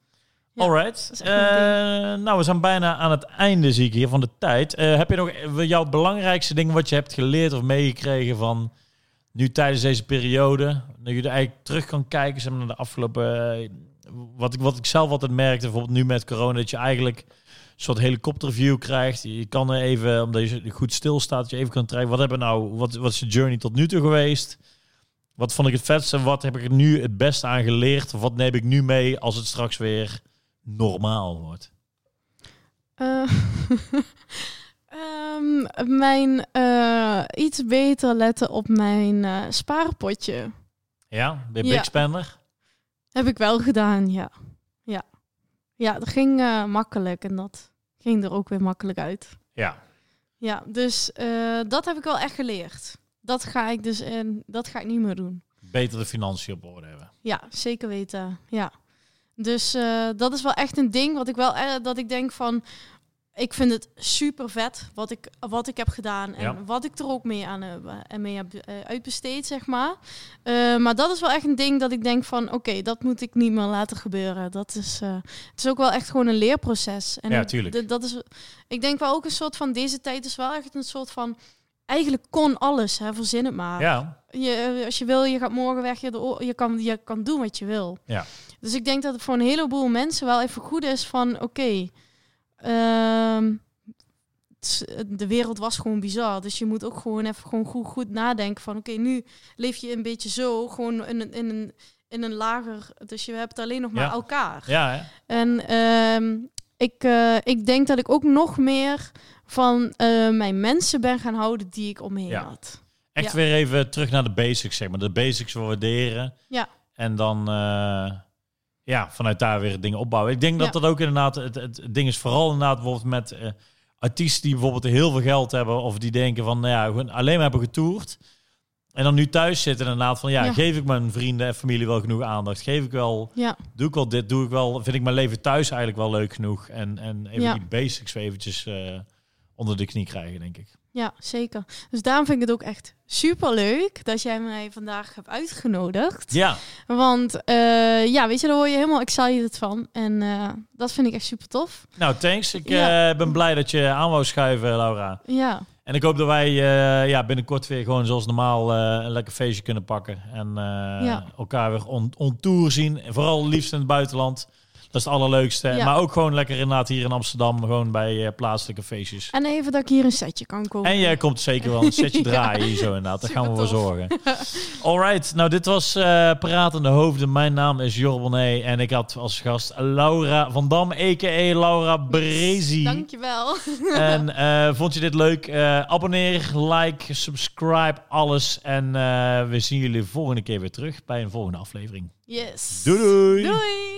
Ja, Alright. is echt mijn Eh, nou, we zijn bijna aan het einde, zie ik hier, van de tijd. Eh, heb je nog eh, jouw belangrijkste ding wat je hebt geleerd of meegekregen van nu tijdens deze periode? Dat je er eigenlijk terug kan kijken zeg maar, naar de afgelopen... eh, wat, ik, wat ik zelf altijd merkte, bijvoorbeeld nu met corona, dat je eigenlijk een soort helikopterview krijgt. Je kan er even, omdat je goed stilstaat, dat je even kan trekken. Wat, hebben we nou, wat, wat is je journey tot nu toe geweest? Wat vond ik het vetste? Wat heb ik er nu het beste aan geleerd? Of wat neem ik nu mee als het straks weer normaal wordt. Eh, ehm, mijn eh, iets beter letten op mijn eh, spaarpotje. Ja, bij Ja. Big Spender. Heb ik wel gedaan, ja. Ja, ja dat ging eh, makkelijk en dat ging er ook weer makkelijk uit. Ja. Ja, dus eh, dat heb ik wel echt geleerd. Dat ga ik dus in, dat ga ik niet meer doen. Beter de financiën op orde hebben. Ja, zeker weten. Ja. Dus eh, dat is wel echt een ding wat ik wel eh, dat ik denk van ik vind het super vet wat ik, wat ik heb gedaan en Ja. wat ik er ook mee aan heb, en mee heb eh, uitbesteed, zeg maar. Eh, maar dat is wel echt een ding dat ik denk van oké, dat moet ik niet meer laten gebeuren. Dat is, eh, het is ook wel echt gewoon een leerproces. En Ja, ik- tuurlijk. d- Dat is, ik denk wel ook een soort van deze tijd is wel echt een soort van eigenlijk kon alles, hè, verzin het maar Ja, je, eh, als je wil, je gaat morgen weg. Je, de o- je, kan, je kan doen wat je wil. Ja. Dus ik denk dat het voor een heleboel mensen wel even goed is van... Oké, ehm, het is- de wereld was gewoon bizar. Dus je moet ook gewoon even gewoon goed, goed nadenken van... Oké, nu leef je een beetje zo, gewoon in een, in, een, in een lager... Dus je hebt alleen nog maar Ja. elkaar. ja hè? En ehm, ik, eh, ik denk dat ik ook nog meer van eh, mijn mensen ben gaan houden die ik omheen Ja. had. echt Ja. weer even terug naar de basics, zeg maar. De basics waarderen. Ja. En dan eh, ja, vanuit daar weer dingen opbouwen. Ik denk dat Ja. dat ook inderdaad, het, het, het ding is vooral inderdaad bijvoorbeeld met eh, artiesten die bijvoorbeeld heel veel geld hebben. Of die denken van, nou ja, gewoon alleen maar hebben getoerd. En dan nu thuis zitten inderdaad van, ja, Ja. geef ik mijn vrienden en familie wel genoeg aandacht? Geef ik wel Ja. doe ik wel dit, doe ik wel, vind ik mijn leven thuis eigenlijk wel leuk genoeg. En, en even Ja. die basics weer eventjes eh, onder de knie krijgen, denk ik. Ja, zeker. Dus daarom vind ik het ook echt super leuk dat jij mij vandaag hebt uitgenodigd. Ja, Want eh, ja, weet je, daar word je helemaal excited van. En eh, dat vind ik echt super tof. nou thanks. Ik Ja. eh, ben blij dat je aan wou schuiven, Laura. Ja, En ik hoop dat wij eh, ja, binnenkort weer gewoon zoals normaal eh, een lekker feestje kunnen pakken. En eh, Ja. elkaar weer on, on tour zien. En vooral liefst in het buitenland. Dat is het allerleukste. Ja. Maar ook gewoon lekker inderdaad hier in Amsterdam, gewoon bij eh, plaatselijke feestjes. En even dat ik hier een setje kan kopen. En jij komt zeker wel een setje Ja. draaien hier zo inderdaad. Daar gaan we wel Supertof. zorgen. Alright, nou dit was eh Pratende Hoofden. Mijn naam is Jor Bonnet en ik had als gast Laura van Dam, a.k.a. Laura Brezi. Dankjewel. En eh, vond je dit leuk? Eh, abonneer, like, subscribe, alles. En eh, we zien jullie volgende keer weer terug bij een volgende aflevering. Yes. Doei doei! Doei.